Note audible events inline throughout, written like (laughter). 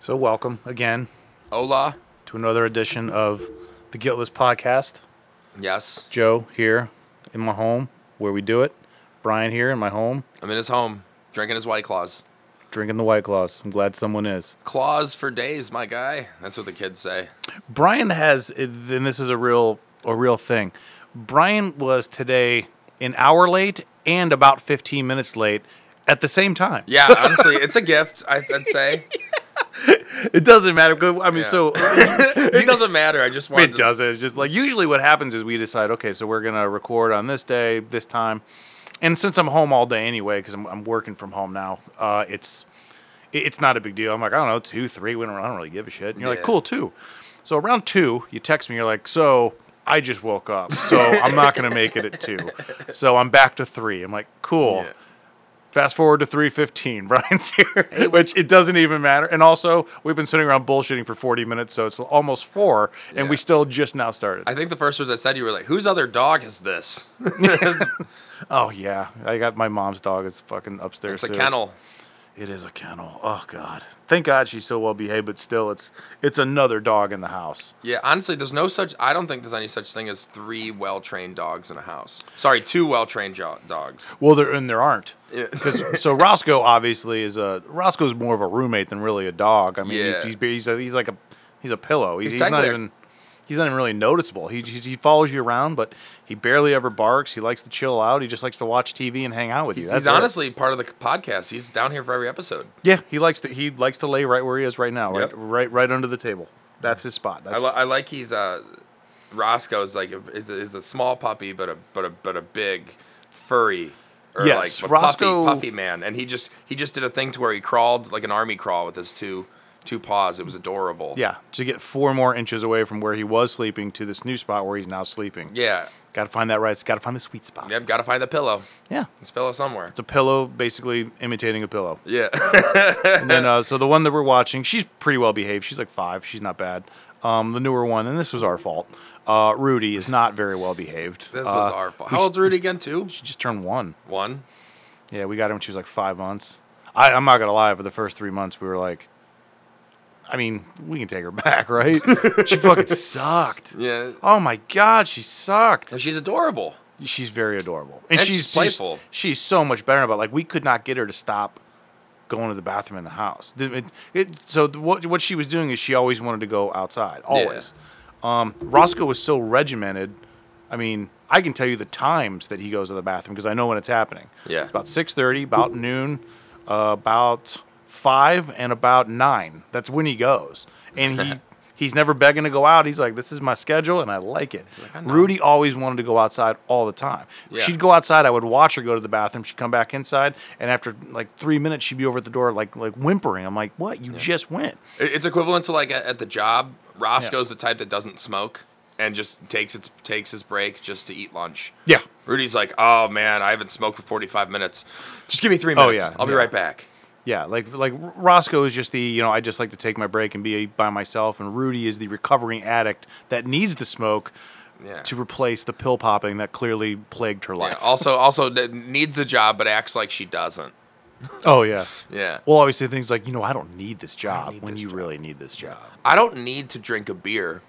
So, welcome again Hola. to another edition of the Guiltless Podcast. Yes. Joe here in my home where we do it. Brian here in my home I'm in his home, drinking his White Claws. drinking the White Claws. I'm glad someone is. Claws for days, my guy. That's what the kids say. Brian has, and this is a real a real thing. Brian was today an hour late and about 15 minutes late at the same time. (laughs) Yeah, honestly, it's a gift, I, I'd say. It doesn't matter. 'cause, I mean, Yeah. so (laughs) It doesn't matter. I just wanted it doesn't. It's just like usually what happens is we decide, okay, so we're gonna record on this day, this time, and since I'm home all day anyway, because I'm, I'm working from home now, uh, it's it- it's not a big deal. I'm like, I don't know, two, three. We don't. I don't really give a shit. And you're like, Yeah. cool, two. So around two, you text me. You're like, so I just woke up, (laughs) so I'm not gonna make it at two. So I'm back to three. I'm like, cool. Yeah. Fast forward to (laughs) 3:15. Brian's here, which it doesn't even matter. And also, we've been sitting around bullshitting for 40 minutes, so it's almost four, and we Yeah. still just now started. I think the first words I said, you were like, whose other dog (laughs) is this? oh yeah, I got my mom's dog is fucking upstairs. It's a too. kennel. It is a kennel. Oh god. Thank God she's so well behaved, but still, it's it's another dog in the house. Yeah, honestly, there's no such, I don't think there's any such thing as three well trained dogs in a house. Sorry, two well trained jo- dogs. Well, there and there aren't. (laughs) Yeah. Because so Roscoe obviously is a Roscoe's more of a roommate than really a dog. I mean, Yeah. he's he's, he's, a, he's like a he's a pillow. He's, He's he's not technically a- even he's not even really noticeable. He, he he follows you around, but he barely ever barks. He likes to chill out. He just likes to watch TV and hang out with you. He's That's it. honestly part of the podcast. He's down here for every episode. yeah. He likes to he likes to lay right where he is right now, right Yep. right right under the table. That's his spot. That's I, li- I like he's uh, Roscoe's like a, is, a, is a small puppy, but a but a but a big furry. Or Yes, like a Roscoe- puffy, puffy man, and he just he just did a thing to where he crawled like an army crawl with his two two paws. It was adorable. yeah. To get four more inches away from where he was sleeping to this new spot where he's now sleeping. yeah, Got to find that right. Got to find the sweet spot. Yep, Got to find the pillow. Yeah. It's a pillow somewhere. It's a pillow, basically imitating a (laughs) pillow. yeah, And then, uh, so the one that we're watching, she's pretty well behaved. She's like five. She's not bad. Um, the newer one, and this was our fault. Uh, Rudy is not very well behaved. this Uh, was our fault. we How old's st- Rudy again? Two, She just turned one. one. Yeah, we got her when she was like five months. I, I'm not gonna lie. For the first three months, we were like, I mean, we can take her (laughs) back, right? she fucking sucked. Yeah, Oh my god, she sucked. And she's adorable. She's very adorable, and, And she's, she's she's playful. She's, so much better about like we could not get her to stop going to the bathroom in the house. The- it- it- so the- what what she was doing is she always wanted to go outside, always. Um, Roscoe was so regimented. I mean, I can tell you the times that he goes to the bathroom because I know when it's happening. Yeah. about six thirty, about noon, uh, about five, and about nine. That's when he goes, and (laughs) he. He's never begging to go out. He's like, "This is my schedule, and I like it." like, "I know." Rudy always wanted to go outside all the time. Yeah. She'd go outside. I would watch her go to the bathroom. She'd come back inside, and after like three minutes, she'd be over at the door, like like whimpering. I'm like, "What? You just went?" It- It's equivalent to like at at the job. Roscoe's the type that doesn't smoke and just takes its takes his break just to eat lunch. Yeah. Rudy's like, oh man, I haven't smoked for 45 minutes. Just give me three Oh, minutes. yeah, I'll be yeah. right back. Yeah, like like R- Roscoe is just the you know I just like to take my break and be by myself, and Rudy is the recovering addict that needs the smoke Yeah. to replace the pill popping that clearly plagued her Yeah, life. Also, also that needs the job but acts like she doesn't. oh yeah, Yeah. We'll always say things like you know I don't need this job need when this you job. really need this job. I don't need to drink a beer.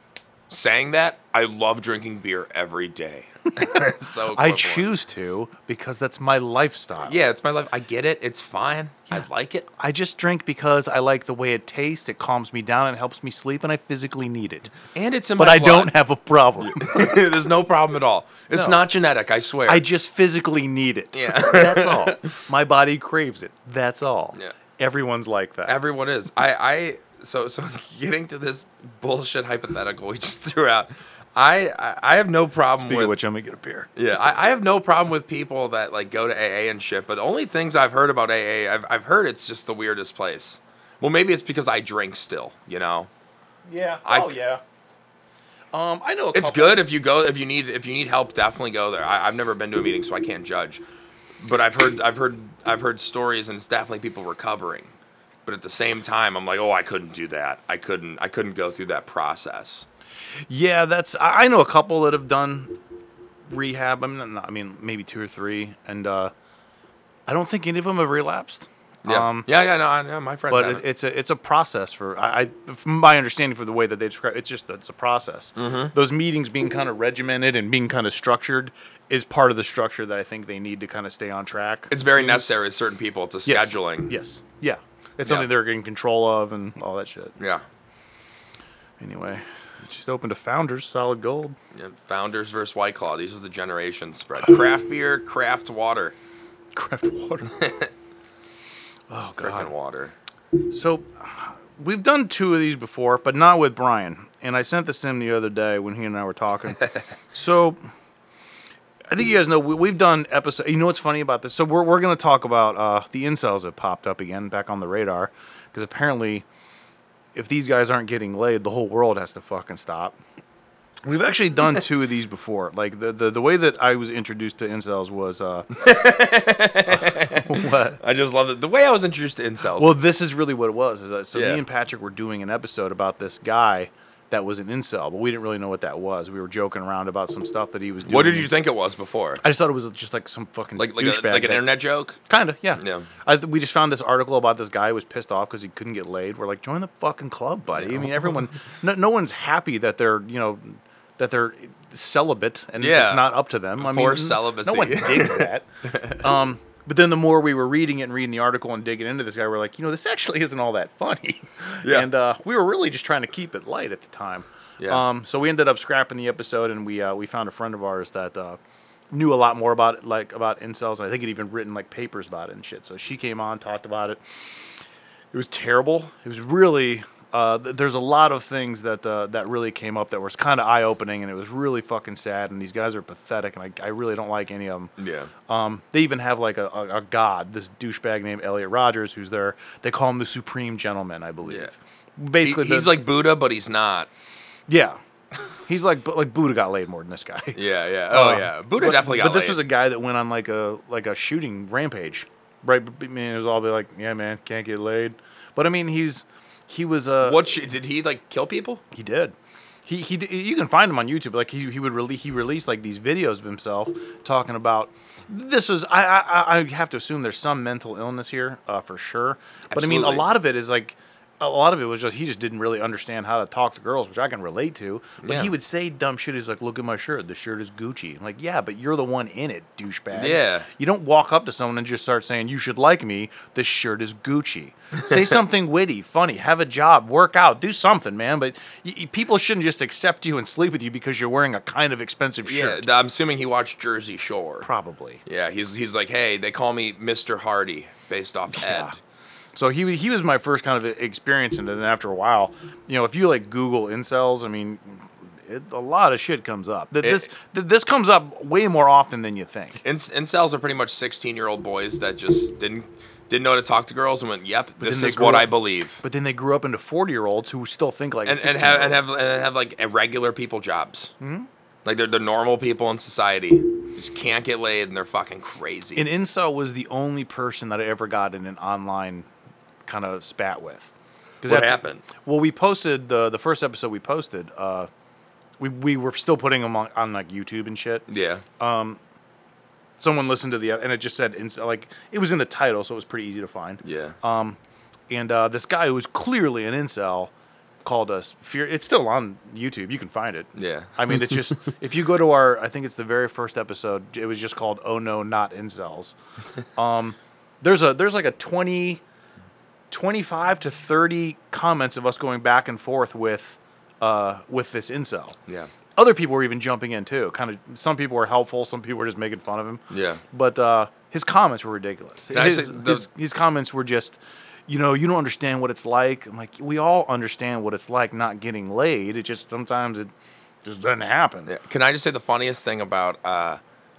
Saying that, I love drinking beer every day. (laughs) It's so I equivalent. choose to because that's my lifestyle. Yeah, it's my life. I get it. It's fine. I like it. I just drink because I like the way it tastes. It calms me down. It helps me sleep, and I physically need it. And it's in But my I blood. (laughs) don't have a problem. There's no problem at all. It's No. not genetic, I swear. I just physically need it. Yeah. That's all. (laughs) My body craves it. That's all. Yeah. Everyone's like that. Everyone is. I, I so so (laughs) getting to this bullshit hypothetical we just threw out. I I, I have no problem Speaking with of which, I'm gonna get a beer. yeah. I, I have no problem with people that like go to AA and shit. But only things I've heard about AA, I've I've heard it's just the weirdest place. Well, maybe it's because I drink still. You know, Yeah. I- oh yeah. Um, I know a it's couple- good if you go if you need if you need help. Definitely go there. I, I've never been to a meeting, so I can't judge. But I've heard I've heard I've heard stories, and it's definitely people recovering. But at the same time, I'm like, oh, I couldn't do that. I couldn't I couldn't go through that process. Yeah, that's. I I know a couple that have done rehab. I mean, not, I mean, maybe two or three, and uh, I don't think any of them have relapsed. Yeah, Um, yeah, yeah. No, I, yeah, my friends. but haven't. it, it's a it's a process for I, I from my understanding for the way that they describe it's just it's a process. Mm-hmm. Those meetings being kind of regimented and being kind of structured is part of the structure that I think they need to kind of stay on track. it's very Seems- necessary with certain people to Yes. scheduling. Yes. Yeah. It's Yeah. something they're in control of and all that shit. Yeah. Anyway, it's just open to founders, solid gold. (laughs) Yeah, Founders versus White Claw. These are the generation spread. Craft beer, craft water, Craft water. oh freaking god. water. So we've done two of these before, but not with Brian. And I sent this to him the other day when he and I were talking. so I think you guys know we, we've done episode. You know what's funny about this? So we're we're gonna talk about uh, the incels that popped up again back on the radar because apparently. If these guys aren't getting laid, the whole world has to fucking stop. We've actually done two of these before. Like the, the, the way that I was introduced to incels was uh, (laughs) what? I just love it. The way I was introduced to incels. Well, this is really what it was. Is that, so Yeah. me and Patrick were doing an episode about this guy that was an incel, but we didn't really know what that was. We were joking around about some stuff that he was doing. what did you think it was before? I just thought it was just like some fucking Like like, a, douchebag. like an internet joke? Kind of, yeah. Yeah. I, th- we just found this article about this guy who was pissed off because he couldn't get laid. We're like, join the fucking club, buddy. I mean, everyone, no, no one's happy that they're, you know, that they're celibate and Yeah. it's not up to them. I mean, Forced celibacy. No one (laughs) digs that. um, but then the more we were reading it and reading the article and digging into this guy, we're like, you know, this actually isn't all that funny. Yeah. And uh, we were really just trying to keep it light at the time. Yeah. Um, so we ended up scrapping the episode, and we uh, we found a friend of ours that uh, knew a lot more about it, like about incels, and I think had even written like papers about it and shit. So she came on, talked about it. It was terrible. It was really. Uh, th- there's a lot of things that uh, that really came up that was kind of eye opening, and it was really fucking sad. And these guys are pathetic, and I, I really don't like any of them. Yeah. Um, they even have like a, a, a god, this douchebag named Elliot Rogers, who's their they call him the supreme gentleman, I believe. Yeah. Basically, He- he's the- like Buddha, but he's not. yeah, he's like but like Buddha got laid more than this guy. Yeah, yeah. (laughs) Oh, Uh, yeah. Buddha but, definitely got But this laid. was a guy that went on like a like a shooting rampage, right? I mean, it was all be like, yeah, man, can't get laid. But I mean, he's he was uh, a What sh- did he like kill people? he did. He, he d- you can find him on YouTube. Like he, he would release he released like these videos of himself talking about this was I I, I- I have to assume there's some mental illness here uh, for sure. But I mean a Absolutely. lot of it is like a lot of it was just he just didn't really understand how to talk to girls, which I can relate to. But Yeah. he would say dumb shit. He's like, "Look at my shirt. The shirt is Gucci." I'm like, yeah, but you're the one in it, douchebag. Yeah. You don't walk up to someone and just start saying, "You should like me. This shirt is Gucci." (laughs) Say something witty, funny. Have a job, work out, do something, man. But y- y- people shouldn't just accept you and sleep with you because you're wearing a kind of expensive Yeah, shirt. th- I'm assuming he watched Jersey Shore. Probably. yeah, he's he's like, hey, they call me Mr. Hardy based off Yeah. Ed. So he he was my first kind of e, experience, and then after a while, you know, if you like Google incels, I mean, it, a lot of shit comes up. Th- It- This th- this comes up way more often than you think. In- incels are pretty much 16 year old boys that just didn't didn't know how to talk to girls and went, yep, then this they is what grew I up- believe. But then they grew up into forty year olds who still think like a and, and have and 16-year-old. have and have like regular people jobs. Hmm? Mm-hmm. Like they're the normal people in society. Just can't get laid and they're fucking crazy. an incel was the only person that I ever got in an online kind of spat with. 'Cause What happened? Well, we posted the the first episode we posted. Uh, we we were still putting them on, on like YouTube and shit. yeah. Um, Someone listened to the and it just said incel. Like it was in the title, so it was pretty easy to find. yeah. And uh, this guy who was clearly an incel called us fear. It's still on YouTube. You can find it. Yeah. I mean, it's just if you go to our, I think it's the very first episode. It was just called "Oh No, Not Incels." Um, there's a there's like a 20, 25 to thirty comments of us going back and forth with, uh, with this incel. yeah. Other people were even jumping in too. Kind of some people were helpful, some people were just making fun of him. Yeah. But uh, his comments were ridiculous. I His, say the- his, his comments were just, you know, you don't understand what it's like. I'm like, we all understand what it's like not getting laid. It just sometimes it just doesn't happen. Yeah. Can I just say the funniest thing about uh,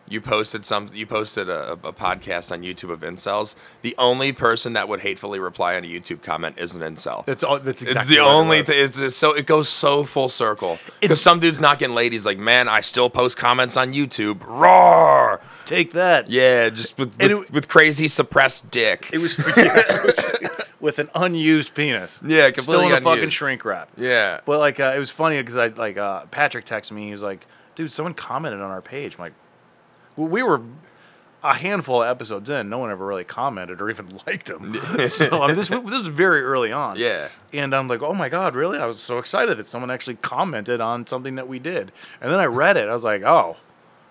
You posted some. You posted a, a podcast on YouTube of incels. The only person that would hatefully reply on a YouTube comment is an incel. That's all. That's exactly. It's the what it only was. thing. It's, it's so it goes so full circle. Because some dude's not getting ladies. Like, man, I still post comments on YouTube. Roar! Take that. Yeah, just with with, And it- with crazy suppressed dick. It was (laughs) with an unused penis. Yeah, still completely in a fucking unused. shrink wrap. yeah. But like, uh, it was funny because I like uh, Patrick texted me. He was like, "Dude, someone commented on our page." I'm like, well, we were a handful of episodes in. No one ever really commented or even (laughs) liked (laughs) them. so I mean, this this was very early on. Yeah. And I'm like, "Oh my god, really?" I was so excited that someone actually commented on something that we did. And then I read it. I was like, "Oh,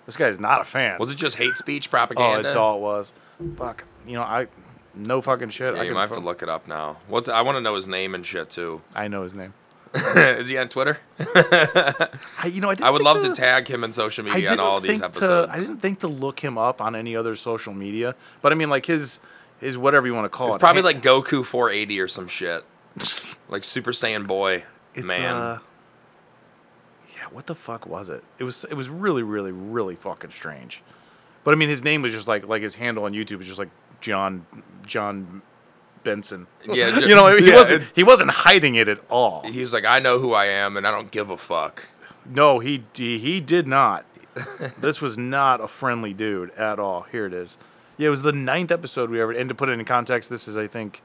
this guy's not a fan." Was it just hate speech oh, propaganda? it's all it was. Fuck. You know, I no fucking shit. Yeah, I you can might have to fuck- look it up now. What the- I want to know his name and shit too. I know his name. (laughs) is he on Twitter? I, you know, I, didn't I would think (laughs) love to the- tag him in social I media on didn't all these think episodes. to. I didn't think to look him up on any other social media. But I mean, like his his whatever you want to call It's it. probably Han- like Goku 480 or (laughs) some shit. Like Super Saiyan Boy. it's, man. uh, yeah, what the fuck was it? It was it was really really really fucking strange. But I mean, his name was just like like his handle on YouTube was just like John John Benson. Yeah, (laughs) ju- you know, he yeah, wasn't it- he wasn't hiding it at all. He's like, I know who I am and I don't give a fuck. (laughs) No, he he, he did not. this was not a friendly dude at all. Here it is. Yeah, it was the ninth episode we ever. And to put it in context, this is I think,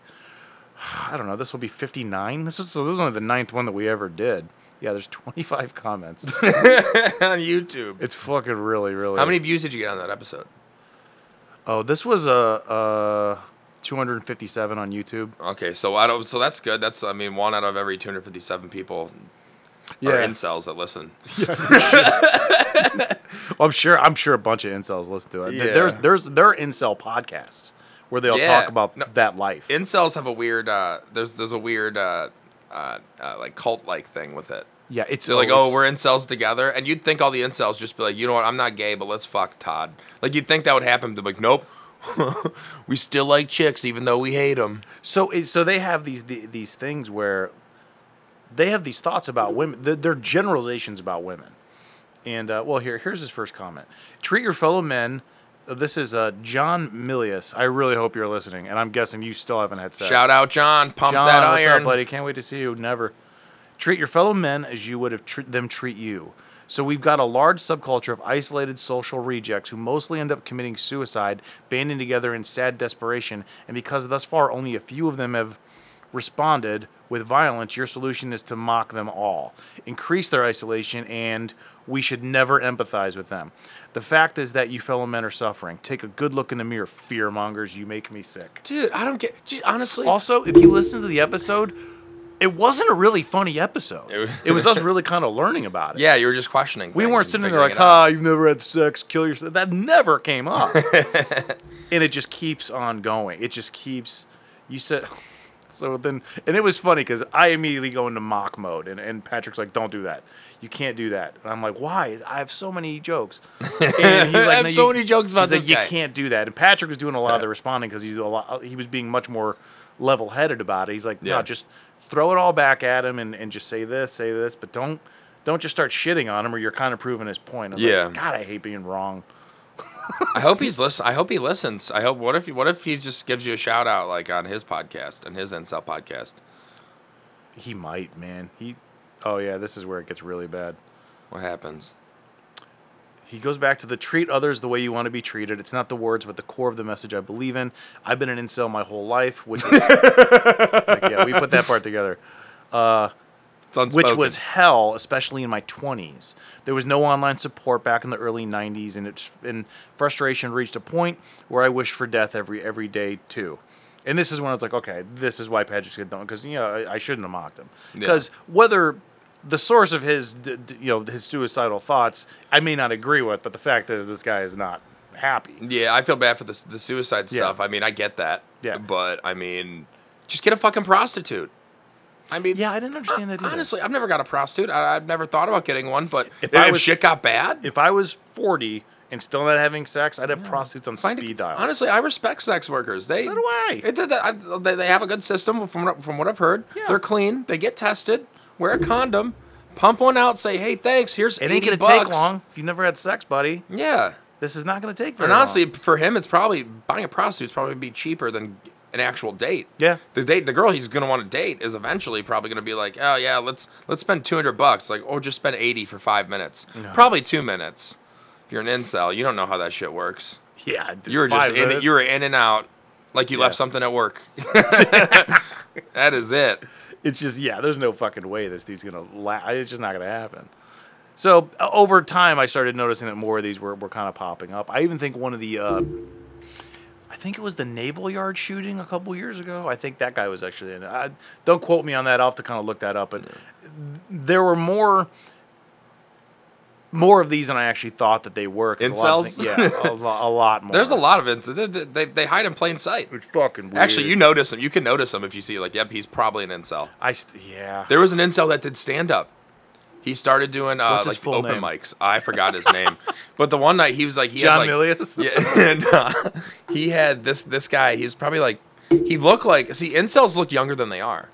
I don't know. This will be fifty nine. This is so this is only the ninth one that we ever did. Yeah, there's twenty five (laughs) comments. on YouTube. it's fucking really really. How many views did you get on that episode? Oh, this was a uh, two hundred fifty seven on YouTube. Okay, so I don't. So that's good. That's I mean, one out of every 257 people Yeah, are incels that listen. I'm sure. I'm sure a bunch of incels listen to it. Yeah. There's there's there are incel podcasts where they'll Yeah. talk about No. that life. Incels have a weird. Uh, there's there's a weird uh, uh, uh, like cult like thing with it. yeah, it's They're like, it's- oh, we're incels together, and you'd think all the incels just be like, you know what, I'm not gay, but let's fuck Todd. Like you'd think that would happen, but like, nope, (laughs) we still like chicks even though we hate them. So it- so they have these the- these things where they have these thoughts about women. They're, they're generalizations about women. And uh, well, here here's his first comment. Treat your fellow men. uh, This is uh, John Milius. I really hope you're listening, and I'm guessing you still haven't had sex. Shout out John, pump John, that what's iron, up, buddy? Can't wait to see you. Never. Treat your fellow men as you would have tre- them treat you. So we've got a large subculture of isolated social rejects who mostly end up committing suicide, banding together in sad desperation, and because thus far only a few of them have responded with violence, your solution is to mock them all, increase their isolation, and we should never empathize with them. The fact is that you fellow men are suffering. Take a good look in the mirror, fear mongers. You make me sick. Dude, I don't get. Just, honestly, Also, if you listen to the episode, it wasn't a really funny episode. It was- It was (laughs) us really kind of learning about it. yeah, you were just questioning. We things weren't and sitting there figuring like, it out. "Ha, you've never had sex, kill yourself." That never came (laughs) up, and it just keeps on going. It just keeps. You said, (laughs) so then, and it was funny because I immediately go into mock mode, and, and Patrick's like, "Don't do that. You can't do that." And I'm like, "Why? I have so many (laughs) jokes." And he's I have "No, so many jokes about he's like, this You guy." can't do that. And Patrick was doing a lot of the responding because he's a lot. He was being much more level-headed about it. He's like, "No, Yeah. just." Throw it all back at him and, and just say this, say this, but don't don't just start shitting on him or you're kind of proving his point. I was like, Yeah. God, I hate being wrong. I hope he's listen. I hope he listens. I hope. What if? What if he just gives you a shout out like on his podcast and his incel podcast? He might, man. He, oh yeah, this is where it gets really bad. What happens? He goes back to the treat others the way you want to be treated. It's not the words, but the core of the message I believe in. I've been an incel my whole life, which is, (laughs) like, yeah, we put that part together. It's unspoken. Which was hell, especially in my 20s. There was no online support back in the early 90s, and it's and frustration reached a point where I wished for death every every day too. And this is when I was like, okay, this is why Patrick's good done because you know I, I shouldn't have mocked him Yeah. because whether the source of his d- d- you know his suicidal thoughts I may not agree with, but the fact is this guy is not happy. Yeah, I feel bad for the the suicide Yeah. stuff. I mean, I get that. Yeah. But I mean, just get a fucking prostitute. I mean, Yeah, I didn't understand that either. honestly, I've never got a prostitute. I, I've never thought about getting one. But if, If I was- shit got bad, if I was 40 and still not having sex, I'd have prostitutes on find a- speed dial. Honestly, I respect sex workers. They So do I. It, did that- I- they, they have a good system from what, from what I've heard. Yeah. They're clean. They get tested. Wear a condom. Pump one out. Say, hey, thanks. Here's it ain't 80 gonna take bucks." long if you've never had sex, buddy. Yeah. This is not going to take very And honestly, long. for him, it's probably buying a prostitute's probably be cheaper than an actual date. Yeah. The date, the girl he's gonna want to date is eventually probably gonna be like, oh yeah, let's let's spend two hundred bucks, like, or just spend eighty for five minutes, probably two minutes. If you're an incel, you don't know how that shit works. yeah, You were just five in, minutes. you were in and out, like you Yeah. left something (laughs) at work. (laughs) that is it. It's just yeah, there's no fucking way this dude's gonna la It's just not gonna happen. So uh, over time, I started noticing that more of these were, were kind of popping up. I even think one of the, uh, I think it was the naval yard shooting a couple years ago. I think that guy was actually in. it. I, don't quote me on that. I'll have to kind of look that up. But there were more. More of these than I actually thought that they were. 'cause A lot of Incels? thi- yeah, a, lo- a (laughs) lot more. There's a lot of incidents. They, they, they hide in plain sight. It's fucking weird. Actually, you notice him. You can notice him if you see like, yep, he's probably an incel. I st- yeah. There was an incel that did stand up. He started doing uh, What's his like full open name? mics. I forgot his name, (laughs) but the one night he was like he John had, like, Milius? (laughs) Yeah, and, uh, he had this this guy. He was probably like he looked like see incels look younger than they are.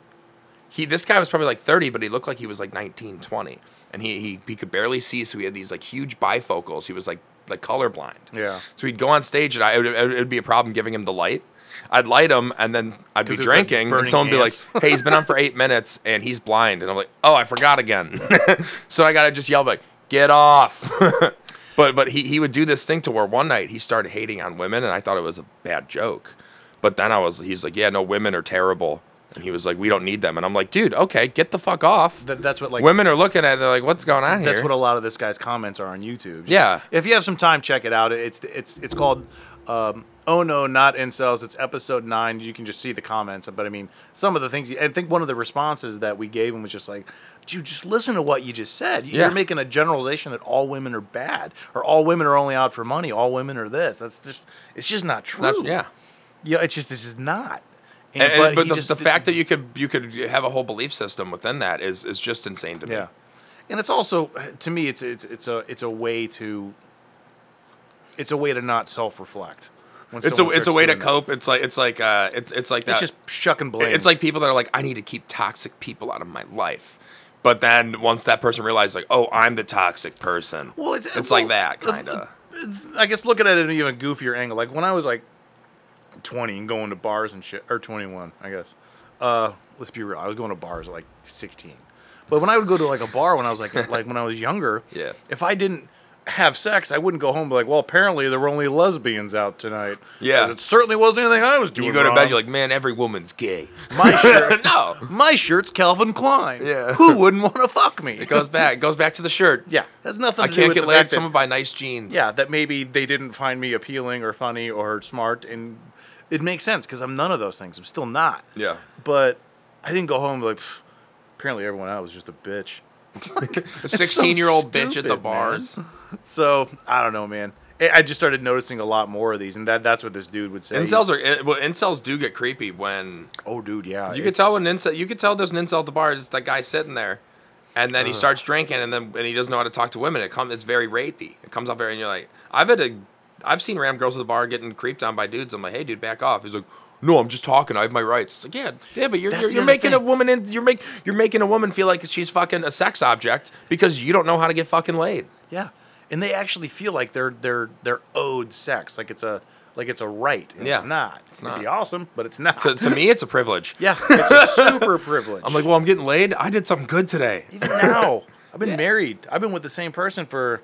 He this guy was probably like 30, but he looked like he was like 19, 20, and he he, he could barely see, so he had these like huge bifocals. He was like like colorblind. Yeah. So he'd go on stage, and I it would, it would be a problem giving him the light. I'd light him, and then I'd be 'Cause it's like drinking, and burning someone would be like, ants. hey, he's been on for eight minutes and he's blind. And I'm like, oh, I forgot again. (laughs) so I gotta just yell back, get off. (laughs) but but he, he would do this thing to where one night he started hating on women and I thought it was a bad joke. But then I was he's like, Yeah, no, women are terrible. And he was like, We don't need them. And I'm like, dude, okay, get the fuck off. That- that's what like women are looking at it, they're like, What's going on That's here? what a lot of this guy's comments are on YouTube. Just- Yeah. If you have some time, check it out. It's it's it's called um, Oh No, Not Incels. It's episode nine. You can just see the comments. But I mean, some of the things, I think one of the responses that we gave him was just like, "Dude, just listen to what you just said. You're Yeah. making a generalization that all women are bad, or all women are only out for money, all women are this. That's just, it's just not true. That's- yeah. Yeah, it's just, this is not. And- And, and- but he the, just the did- fact that you could you could have a whole belief system within that is is just insane to me. Yeah, and it's also to me, it's it's it's a it's a way to it's a way to not self reflect. It's a it's a way to cope. It's like it's like uh it's it's like It's that. just shucking blame. It's like people that are like, I need to keep toxic people out of my life. But then once that person realizes, like, oh, I'm the toxic person. well, it's, it's, like that kind of. of. I guess looking at it at an even goofier angle, like when I was like twenty and going to bars and shit, or twenty one, I guess. Uh, let's be real. I was going to bars at like sixteen, but when I would go to like a bar when I was (laughs) like like when I was younger, Yeah. If I didn't have sex, I wouldn't go home and be like, well, apparently there were only lesbians out tonight. 'Cause Yeah. it certainly wasn't anything I was doing. You go to bed, wrong. you're like, man, every (laughs) woman's gay. (laughs) My shirt, no, my shirt's Calvin Klein. Yeah. Who wouldn't want to fuck me? (laughs) it goes back. It goes back to the shirt. yeah, that's nothing. I To do can't with get the laid. fact that- Someone buy nice jeans. yeah, that maybe they didn't find me appealing or funny or smart, and it makes sense because I'm none of those things. I'm still not. Yeah. But I didn't go home and be like. "Pff, Apparently, everyone out was just a bitch. A so 16 year old bitch at stupid, the man. bars. So I don't know, man. I I just started noticing a lot more of these, and that, that's what this dude would say. Incels are eh, well, incels do get creepy when oh, dude, yeah. You it's- could tell when incel. You could tell there's an incel at the bar. It's that guy sitting there, and then he starts drinking, and then and he doesn't know how to talk to women. It comes. It's very rapey. It comes out very. And you're like, I've had a, I've seen ram girls at the bar getting creeped on by dudes. I'm like, hey, dude, back off. He's like. No, I'm just talking. I have my rights. It's like, yeah, yeah, but you're That's you're, the you're other making a thing. woman in, you're make you're making a woman feel like she's fucking a sex object because you don't know how to get fucking laid. Yeah, and they actually feel like they're they're they're owed sex, like it's a like it's a right. And Yeah, it's not. It's not. It'd be awesome, but it's not. To, to me, it's a privilege. yeah, it's a super privilege. (laughs) I'm like, well, I'm getting laid. I did something good today. even now, (laughs) I've been married. I've been with the same person for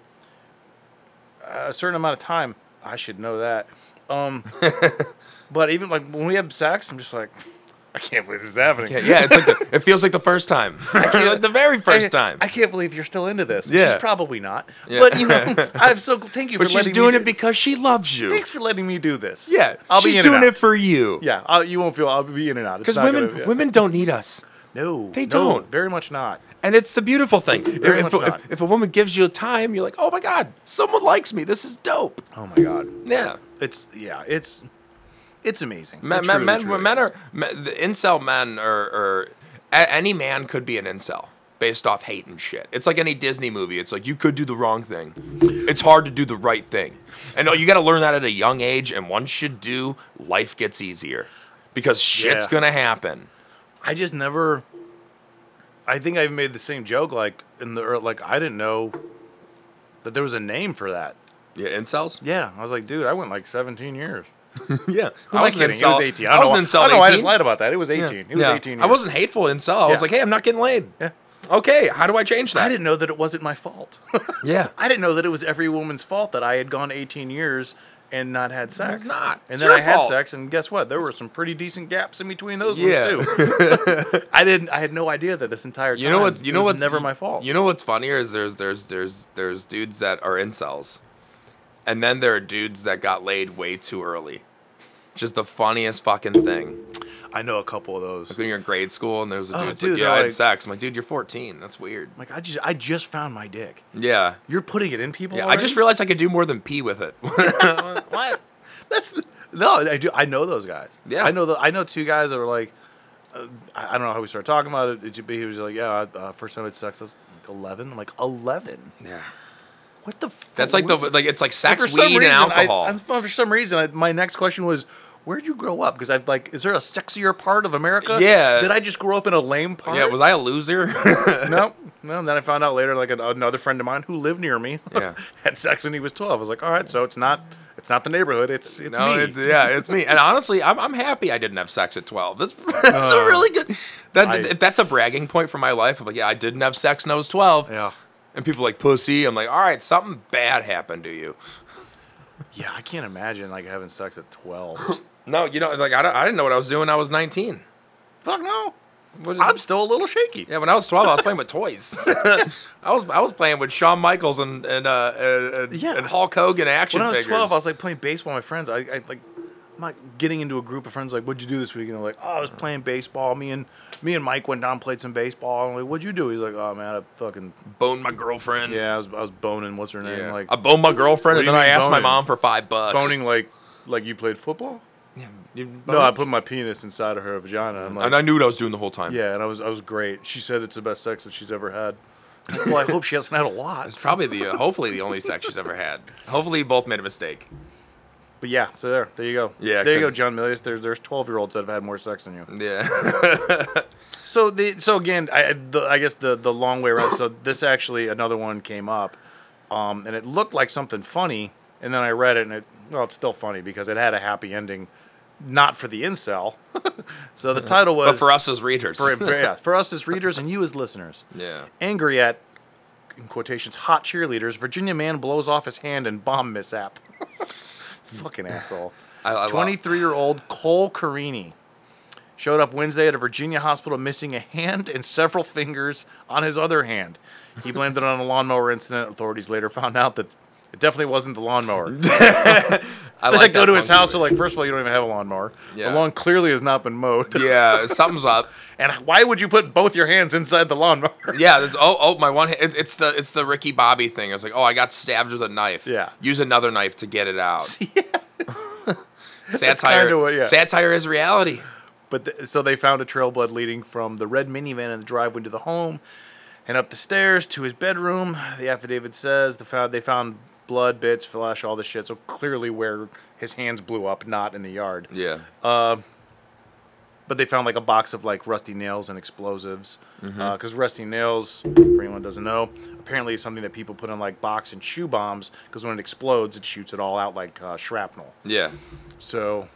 a certain amount of time. I should know that. (laughs) Um, but even like when we have sex, I'm just like, (laughs) I can't believe this is happening. Yeah, yeah it's like the, it feels like the first (laughs) time, like the very (laughs) I, first time. I can't believe you're still into this. Yeah. She's probably not. Yeah. But you (laughs) know, I'm so thank you But for she's letting doing me it because she loves you. Thanks for letting me do this. Yeah, I'll she's be in doing and out. it for you. Yeah, I'll, you won't feel. I'll be in and out. It's because not women gonna- yeah. women don't need us, no, they no, don't. very much not. and it's the beautiful thing. If, Very much if, not. if- if a woman gives you time, you're like, oh my god, someone likes me. This is dope. Oh my god, Yeah, it's yeah, it's it's amazing. men It men truly, men, truly men is. are men, the incel men are, are a- any man could be an incel based off hate and shit. It's like any Disney movie. It's like you could do the wrong thing. It's hard to do the right thing, and oh, you got to learn that at a young age. And once you do, life gets easier because shit's Yeah. gonna happen. I just never. I think I've made the same joke like in the or like I didn't know that there was a name for that. Yeah, (laughs) incels. Yeah, I was like, dude, I went like 17 years. yeah, I was kidding. It was 18. I I don't know. was an why- incel. I don't know. why I 18. just lied about that. It was 18. Yeah. It was Yeah. 18. I years. wasn't hateful incel. I Yeah. was like, hey, I'm not getting laid. Yeah. Okay, how do I change that? I didn't know that it wasn't my (laughs) fault. Yeah. I didn't know that it was every woman's fault that I had gone 18 years and not had sex. It's not. And It's then your I had fault. sex, and guess what? There were some pretty decent gaps in between those Yeah. ones too. (laughs) I didn't. I had no idea that this entire time. You know what? You it know was what's Never my fault. You know what's funnier is there's there's there's there's dudes that are incels, and then there are dudes that got laid way too early. Just the funniest fucking thing. I know a couple of those. Like when you're in grade school and there's a Oh, dude, that's dude, like, they're yeah, I like- had sex. I'm like, dude, you're 14. That's weird. Like I just, I just found my dick. Yeah. You're putting it in people. Yeah. I already? just realized I could do more than pee (laughs) with it. (laughs) what? That's the, no, I do. I know those guys. Yeah. I know. The, I know two guys that were like, uh, I I don't know how we started talking about it. It should be- he was like, yeah, I- uh, first time I had sex, I was like eleven. I'm like eleven. Yeah. What the? Fuck? That's like the like it's like And sex, weed, and I- alcohol. I- for some reason, I, my next question was, where'd you grow up? Because I'm like, is there a sexier part of America? Yeah. Did I just grow up in a lame part? yeah. Was I a loser? (laughs) no, no. And then I found out later, like an, another friend of mine who lived near me, (laughs) Yeah. had sex when he was 12. I was like, all right, so it's not, it's not the neighborhood. It's, (laughs) it's No, me. it- yeah, it's me. And honestly, I'm, I'm happy I didn't have sex at 12. That's, (laughs) that's a really good. That, Uh, I- if that's a bragging point for my life. I'm like, yeah, I didn't have sex when I was 12. yeah. And people are like, pussy. I'm like, all right, something bad happened to you. Yeah, I can't imagine like having sex at 12. (laughs) No, you know, like, I, don't, I didn't know what I was doing when I was 19. Fuck no. What did- I'm still a little shaky. yeah, when I was 12, I was playing with toys. (laughs) I was I was playing with Shawn Michaels and and uh, and, and- Yeah. and Hulk Hogan action When I was figures. 12, I was like playing baseball with my friends. I, I like, I'm not getting into a group of friends like, what'd you do this weekend? I'm like, oh, I was playing baseball. Me and me and Mike went down and played some baseball. I'm like, what'd you do? He's like, oh man, I fucking boned my girlfriend. yeah, I was, I was boning. What's her name? Yeah. Like I boned my girlfriend, What do you and then I mean asked my boning? mom for five bucks. boning like like you played football? Yeah, you- No, I put my penis inside of her vagina. I'm like, and I knew what I was doing the whole time. yeah, and I was I was great. She said it's the best sex that she's ever had. well, I hope she hasn't had a lot. It's probably the uh, hopefully the only sex she's ever had. Hopefully, both made a mistake. But yeah, so there, there you go. Yeah, there you go, couldn't- John Milius. There's there's twelve year olds that have had more sex than you. Yeah. So the so again, I the, I guess the the long way around. so this actually another one came up, um, and it looked like something funny, and then I read it, and it well, it's still funny because it had a happy ending, not for the incel. (laughs) so the title was (laughs) but for us as readers. for, for- (laughs) yeah, for us as readers and you as listeners. yeah. Angry at in quotations hot cheerleaders, Virginia man blows off his hand in bomb mishap. (laughs) Fucking asshole. (laughs) I- I love- 23 year old Cole Carini showed up Wednesday at a Virginia hospital missing a hand and several fingers on his other hand. He blamed it on a lawnmower incident. Authorities later found out that it definitely wasn't the (laughs) lawnmower. I (laughs) I like go that to his funky house and way. like, first of all, you don't even have a lawnmower. Yeah. The lawn clearly has not been mowed. (laughs) yeah, something's up. And why would you put both your hands inside the lawnmower? Yeah, it's, oh, oh, my one. hand- It, it's the it's the Ricky Bobby thing. It's like, oh, I got stabbed with a knife. Yeah. Use another knife to get it out. (laughs) kinda Satire. what- yeah. Satire is reality. But th- so they found a trail blood leading from the red minivan in the driveway to the home, and up the stairs to his bedroom. The affidavit says the found they found blood, bits, flesh, all this shit. So clearly where his hands blew up, not in the yard. Yeah. But they found like a box of like rusty nails and explosives, because rusty nails, for anyone who doesn't know, apparently is something that people put in like box and shoe bombs, because when it explodes, it shoots it all out like uh, shrapnel. yeah. So,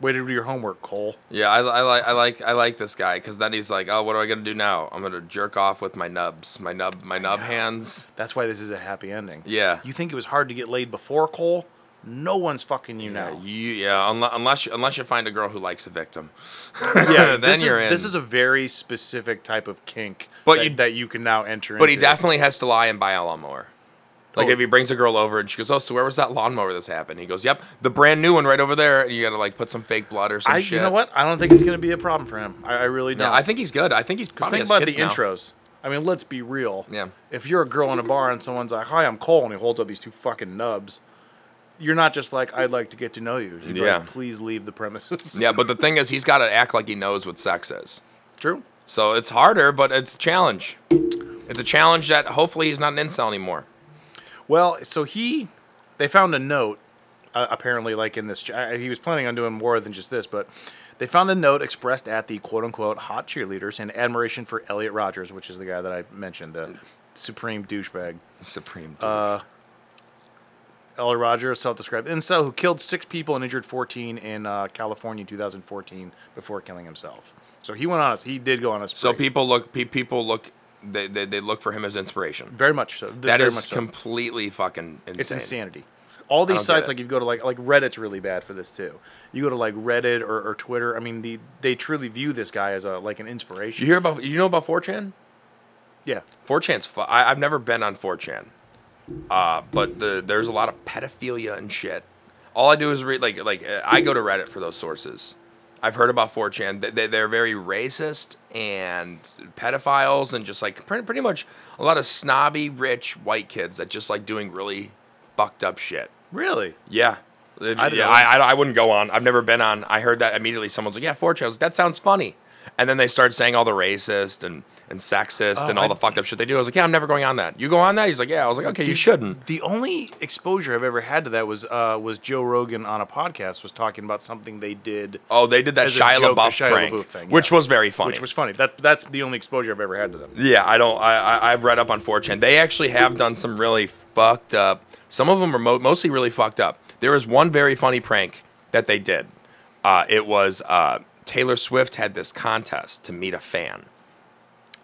way to do your homework, Cole. Yeah, I, I like I like I like this guy because then he's like, oh, what am I gonna do now? I'm gonna jerk off with my nubs, my nub, my nub hands. That's why this is a happy ending. Yeah. You think it was hard to get laid before Cole? No one's fucking you Yeah, now. you, yeah unless, unless you- unless you find a girl who likes a victim. Yeah, (laughs) then this you're is in. this is a very specific type of kink But that, you- that you can now enter But he into. definitely has to lie and buy a lawnmower. Like Oh. if he brings a girl over and she goes, "Oh, so where was that lawnmower this happened?" He goes, "Yep, the brand new one right over there." And you gotta like put some fake blood or some I, shit. you know what? I don't think it's gonna be a problem for him. I, I really No, don't. I think he's good. I think he's. Just Probably think has about the kids now. intros. I mean, let's be real. Yeah. If you're a girl in a bar and someone's like, "Hi, I'm Cole," and he holds up these two fucking nubs, you're not just like, "I'd like to get to know you." You'd be Yeah. Like, Please leave the premises. Yeah, but the thing is, he's got to act like he knows what sex is. (laughs) True. So it's harder, but it's a challenge. It's a challenge that hopefully he's not an incel anymore. Well, so he, they found a note. Uh, apparently, like in this, ch- I- he was planning on doing more than just this, but they found a note expressed at the quote unquote hot cheerleaders in admiration for Elliot Rogers, which is the guy that I mentioned, the supreme douchebag. Supreme. Uh, Elder Roger, a self-described incel who killed six people and injured 14 in uh, California in 2014 before killing himself. So he went on. A, he did go on a spree. So people look. pe- People look. They, they, they look for him as inspiration. very much so. Th- That very is much so. completely fucking insane. It's insanity. All these don't get sites, it. like you go to like like Reddit's really bad for this too. You go to like Reddit or, or Twitter. I mean, the, they truly view this guy as a like an You inspiration. hear about? You know about 4chan? Yeah, 4chan's. Fu- I, I've never been on 4chan, uh, but the, there's a lot of pedophilia and shit. All I do is read like like uh, I go to Reddit for those sources. I've heard about 4chan. They- They, they're very racist and pedophiles and just like pretty, pretty much a lot of snobby rich white kids that just like doing really fucked up shit. really. Yeah. If- I don't yeah, know. I, I, I wouldn't go on. I've never been on. I heard that immediately. Someone's like, "Yeah, four channels. That sounds funny," and then they start saying all the racist and, and sexist and Oh, all I- the fucked up shit they do. I was like, "Yeah, I'm never going on that." You go on that? He's like, "Yeah." I was like, "Okay, you shouldn't." The only exposure I've ever had to that was uh, was Joe Rogan on a podcast was talking about something they did, Oh, they did that As a Shia joke, the LaBeouf Shia prank, LaBeouf thing, which yeah. was very funny. which was funny. That that's the only exposure I've ever had to them. Yeah, I don't. I, I I've read up on 4chan. They actually have done some really fucked up. Some of them are mo- mostly really fucked up. There was one very funny prank that they did. Uh, it was uh, Taylor Swift had this contest to meet a fan,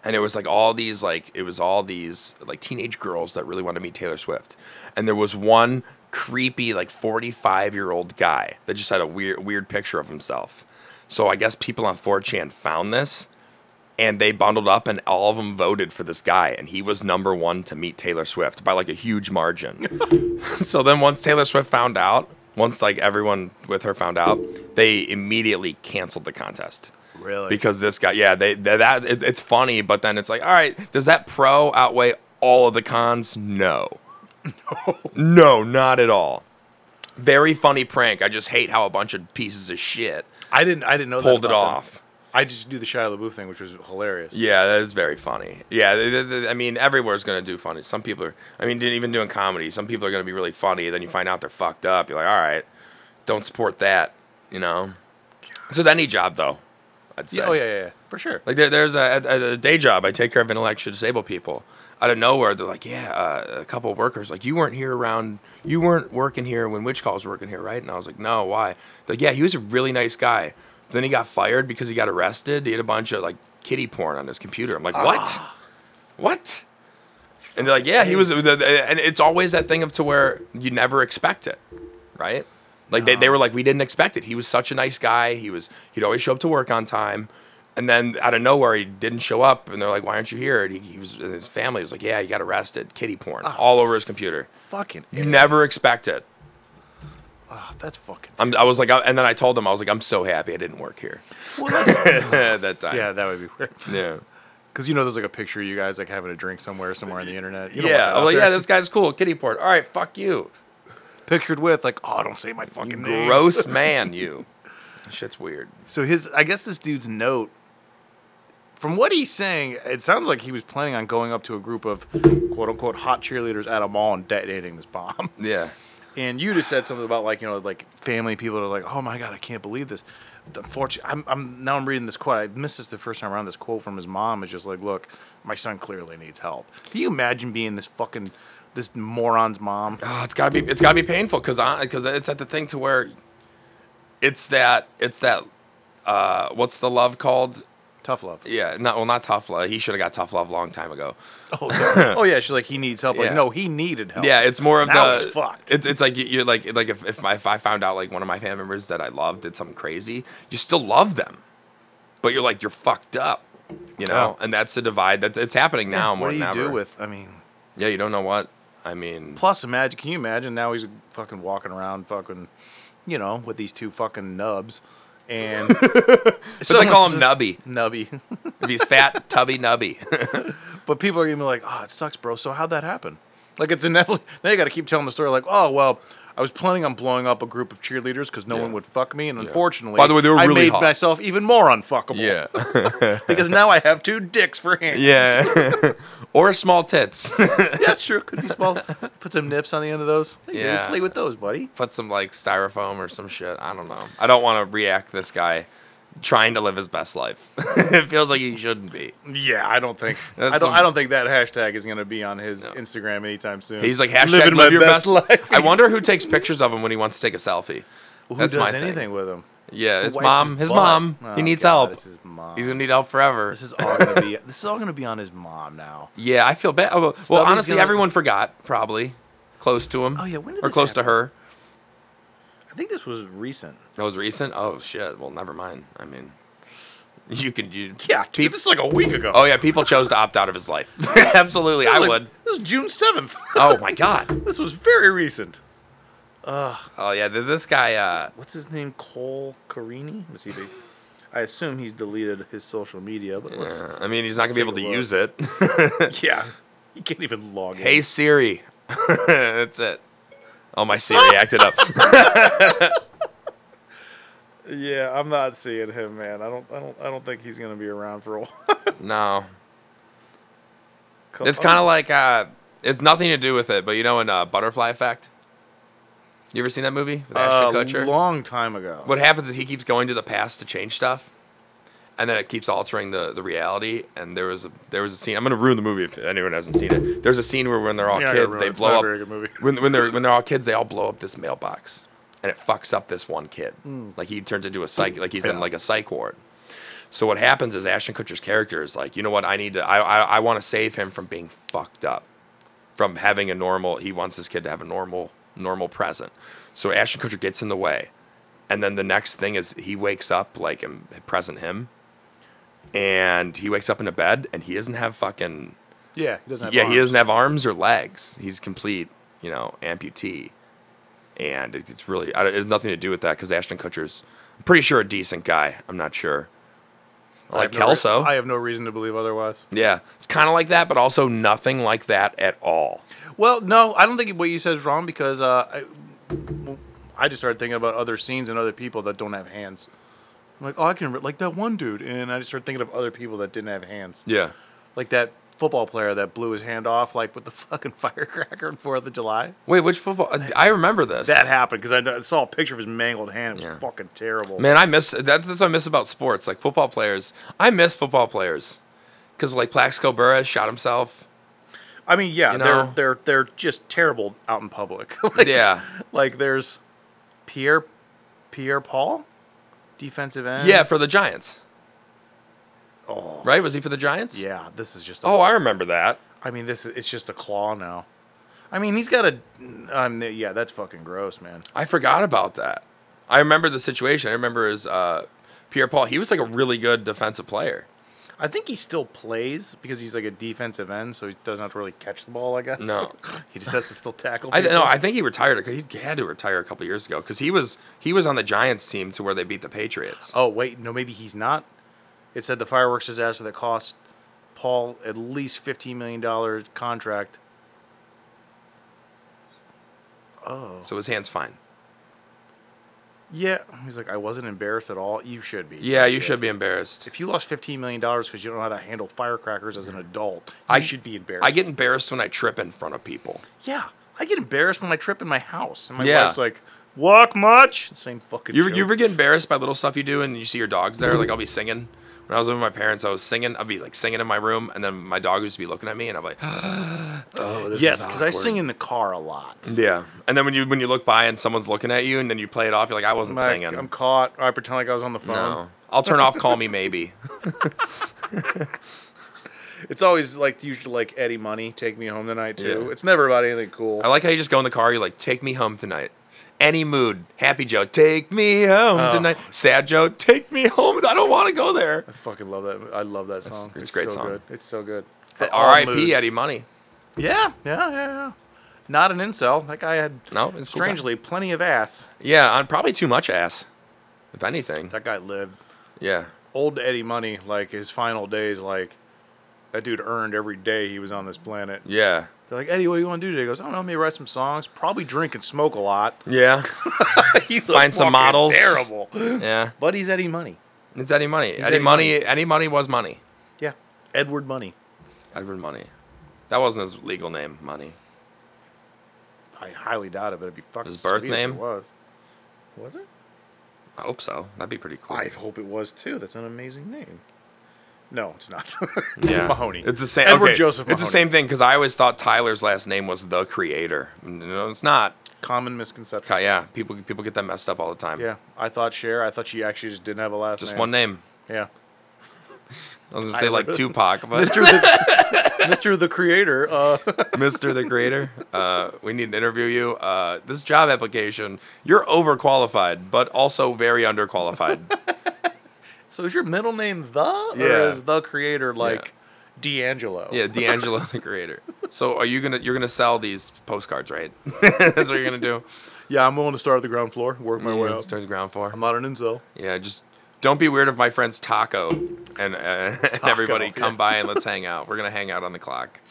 and it was like all these like it was all these like teenage girls that really wanted to meet Taylor Swift, and there was one creepy like 45 year old guy that just had a weird weird picture of himself. So I guess people on 4chan found this and they bundled up and all of them voted for this guy and he was number one to meet taylor swift by like a huge margin (laughs) so then once taylor swift found out once like everyone with her found out they immediately canceled the contest Really? because this guy yeah they, they that it, it's funny but then it's like all right does that pro outweigh all of the cons no (laughs) no not at all very funny prank i just hate how a bunch of pieces of shit I didn't I didn't know Pulled that it about them. off. I just do the Shia LaBeouf thing, which was hilarious. Yeah, that is very funny. Yeah, th th th I mean, everywhere's gonna do funny. Some people are. I mean, even doing comedy, some people are gonna be really funny. Then you find out they're fucked up. You're like, all right, don't support that. You know. So with any job though, I'd say. Yeah, oh yeah, yeah, yeah, for sure. Like there, there's a, a, a day job. I take care of intellectually disabled people. Out of nowhere, they're like, yeah, uh, a couple of workers. Like you weren't here around. You weren't working here when Witch Call was working here, right? And I was like, no, why? They're like, yeah, he was a really nice guy. Then he got fired because he got arrested. He had a bunch of like kitty porn on his computer. I'm like, what? What? And they're like, yeah, he was. And it's always that thing of to where you never expect it, right? Like they, they were like, we didn't expect it. He was such a nice guy. He was he'd always show up to work on time, and then out of nowhere he didn't show up, and they're like, why aren't you here? And he, he was and his family was like, yeah, he got arrested, kitty porn Ah. all over his computer. Fucking You never expect it. oh, that's fucking. (laughs) I'm, I was like, I, and then I told them I was like, I'm so happy I didn't work here (laughs) Well, that's, (laughs) at that time. yeah, that would be weird. Yeah. Because you know, there's like a picture of you guys like having a drink somewhere, somewhere on the internet. You don't want Yeah. that Oh out like, yeah, there. this guy's cool. Kitty porn. All right, fuck you. (laughs) pictured with like, oh, don't say my fucking name. (laughs) Gross man, you. Shit's weird. So his, I guess this dude's note, from what he's saying, it sounds like he was planning on going up to a group of quote unquote hot cheerleaders at a mall and detonating this bomb. (laughs) Yeah. And you just said something about like you know like family people are like, oh my god, I can't believe this. Unfortunately, I'm, I'm now I'm reading this quote. I missed this the first time around. This quote from his mom is just like, look, my son clearly needs help. Can you imagine being this fucking this moron's mom? Oh, it's gotta be it's gotta be painful because because it's at the thing to where it's that it's that uh what's the love called? Tough (laughs) love. Yeah, not well not tough love. He should have got tough love a long time ago. Oh, sorry. oh yeah, she's like he needs help. Like Yeah. no, he needed help. Yeah, it's more of Now the it's fucked. It's, it's like you- you're like like if if I, if I found out like one of my family members that I love did something crazy, you still love them, but you're like you're fucked up, you know. And that's the divide that it's happening now more what do than you ever. do with? I mean, Yeah, you don't know what I mean. plus imagine. Can you imagine now he's fucking walking around, fucking, you know, with these two fucking nubs, and (laughs) So they call him Someone's- Nubby. nubby. (laughs) If he's fat, tubby Nubby. but people are gonna be like, "Oh, it sucks, bro." So how'd that happen? Like it's (laughs) inevitable. Now you got to keep telling the story. Like, oh well. I was planning on blowing up a group of cheerleaders because no Yeah. one would fuck me, and unfortunately, By the way, they were I really made hot. myself even more unfuckable. (laughs) (laughs) because now I have two dicks for hands. Yeah. (laughs) or small tits. (laughs) yeah, sure, could be small. Put some nips on the end of those. yeah, Yeah. play with those, buddy. Put some like styrofoam or some shit. I don't know. I don't want to react this guy trying to live his best life. (laughs) it feels like he shouldn't be. Yeah, I don't think I That's don't some- I don't think that hashtag is gonna be on his No. Instagram anytime soon. He's like hashtag Living live my your best, life. I wonder who takes pictures of him when he wants to take a selfie. who That's my does thing. anything with him. Yeah, Who his wipes mom. His butt? mom. Oh, he needs God, help. It's his mom. He's gonna need help forever. this is all gonna be this is all gonna be on his mom now. yeah, I feel bad. oh, well, well, Stubby's honestly, gonna- everyone forgot probably close to him. Oh, yeah, when did or this close to happen? her. I think this was recent. That was recent. Oh shit. Well, never mind. I mean, you could you. Yeah, dude, this is like a week ago. Oh yeah, people chose to opt out of his life. (laughs) Absolutely, This I is like- would. This is June (laughs) seventh. Oh my god. this was very recent. Oh yeah, th- this guy. Uh, What's his name? Cole Carini? Was he? the- I assume he's deleted his social media, but let's. uh, I mean, he's not gonna be able take to a look. use it. (laughs) Yeah, he can't even log in. (laughs) hey Siri. (laughs) That's it. Oh my Siri acted up. (laughs) Yeah, I'm not seeing him, man. I don't, I don't, I don't think he's gonna be around for a (laughs) while. no, It's kind of like uh, it's nothing to do with it, but you know, in uh, Butterfly Effect. You ever seen that movie with Ashton a Kutcher? Uh, long time ago. what happens is he keeps going to the past to change stuff, and then it keeps altering the, the reality. And there was a there was a scene. I'm gonna ruin the movie if anyone hasn't seen it. There's a scene where when they're all You're not gonna kids, ruin they it. It's blow not a up. very good movie. When when they're when they're all kids, they all blow up this mailbox, and it fucks up this one kid. Like he turns into a psych. Like he's in Yeah. like a psych ward. So what happens is Ashton Kutcher's character is like, you know what? I need to. I I, I want to save him from being fucked up, from having a normal. He wants this kid to have a normal normal present. So Ashton Kutcher gets in the way, and then the next thing is he wakes up like and present him, and he wakes up in a bed and he doesn't have fucking yeah, he doesn't. Have yeah he arms. doesn't have arms or legs. He's complete you know amputee, and it, it's really I, don't- it has nothing to do with that because Ashton Kutcher's I'm pretty sure a decent guy. I'm not sure. I Like have no re- Kelso. I have no reason to believe otherwise. Yeah, it's kind of like that, but also nothing like that at all. Well, no, I don't think what you said is wrong because uh, I, well, I just started thinking about other scenes and other people that don't have hands. I'm like, oh, I can re- like that one dude, and I just started thinking of other people that didn't have hands, Yeah. like that football player that blew his hand off, like with the (laughs) fucking firecracker on Fourth of July. Wait, which football? I- I remember this. That happened because I, kn- I saw a picture of his mangled hand. It was Yeah. fucking terrible. Man, I miss that's, that's what I miss about sports. Like football players, I miss football players because like Plaxico Burress (laughs) shot himself. I mean, yeah, You know? they're they're they're just terrible out in public. (laughs) like, Yeah. like there's Pierre Pierre Paul, defensive end. Yeah, for the Giants, Oh. right? Was he for the Giants? Yeah, this is just. A Oh, I remember that. I mean, this is, it's just a claw now. I mean, he's got a. Um, yeah, that's fucking gross, man. I forgot about that. I remember the situation. I remember his uh, Pierre Paul. He was like a really good defensive player. I think he still plays because he's like a defensive end, so he doesn't have to really catch the ball. I guess. No. (laughs) he just has to still tackle. I people. no, I think he retired. He had to retire a couple years ago because he was he was on the Giants team to where they beat the Patriots. Oh wait, no, maybe he's not. It said the fireworks disaster that cost Paul at least fifteen million dollars contract. Oh So his hand's fine. yeah, he's like I wasn't embarrassed at all. You should be. Yeah, you Shit. should be embarrassed. If you lost fifteen million dollars because you don't know how to handle firecrackers as an adult, you I- should be embarrassed. I get embarrassed when I trip in front of people. yeah, I get embarrassed when I trip in my house, and my Yeah. wife's like, "Walk much?" Same fucking. You ever, joke. you ever get embarrassed by little stuff you do and you see your dogs there? Like I'll be singing. When I was with my parents, I was singing. I'd be like singing in my room, and then my dog would just be looking at me, and I'm like, (gasps) "Oh, this yes, is because I awkward." sing in the car a lot. Yeah, and then when you when you look by and someone's looking at you, and then you play it off, you're like, "I wasn't I'm like, singing." I'm caught. Or I pretend like I was on the phone. no, I'll turn off. Call me maybe. It's always like usually like Eddie Money, take me home tonight too. Yeah. It's never about anything cool. I like how you just go in the car. You're like, take me home tonight. Any mood, happy Joe, take me home Oh. tonight. Sad Joe, take me home. I don't want to go there. I fucking love that. I love that song. it's a great so song. Good. It's so good. For all moods. R.I.P. Eddie Money. Yeah, yeah, yeah, yeah. Not an incel. That guy had No, it's cool guy. strangely plenty of ass. Yeah, on probably too much ass, if anything. That guy lived. Yeah, Old Eddie Money, like his final days, like that dude earned every day he was on this planet. yeah, They're like, Eddie, what do you want to do today? He goes, I don't know, maybe write some songs, probably drink and smoke a (laughs) lot. (laughs) yeah, He looked Find some fucking models. (laughs) Terrible. yeah. But he's Eddie Money. It's Eddie Money. Eddie, Eddie Money. Eddie Money was money. Yeah. Edward Money. Edward Money. That wasn't his legal name. Money. I highly doubt it, but it'd be fucking His birth sweet if name? It was. Was it? I hope so. That'd be pretty cool. I hope it was too. That's an amazing name. No, it's not. (laughs) yeah. Mahoney. It's the same. Edward okay, Joseph Mahoney. It's the same thing because I always thought Tyler's last name was the creator. No, it's not. common misconception. Ki- Yeah, people people get that messed up all the time. Yeah, I thought Cher. I thought she actually just didn't have a last Just name. one name. Yeah. I was gonna say like Tyler. (laughs) Tupac, but Mr. the, (laughs) Mr. the Creator. Uh, Mr. the Creator, uh, we need to interview you. Uh, this job application, you're overqualified, but also very underqualified. (laughs) so is your middle name The? Or Yeah. is The Creator like D'Angelo? yeah, D'Angelo the Creator. So are you gonna you're gonna sell these postcards, (laughs) right? That's what you're gonna do. Yeah, I'm willing to start at the ground floor, work my way up. Start the ground floor. I'm not an incel. Yeah, just don't be weird if my friend's Taco and, uh, (laughs) and everybody come yeah. by and let's hang out. We're gonna hang out on the clock.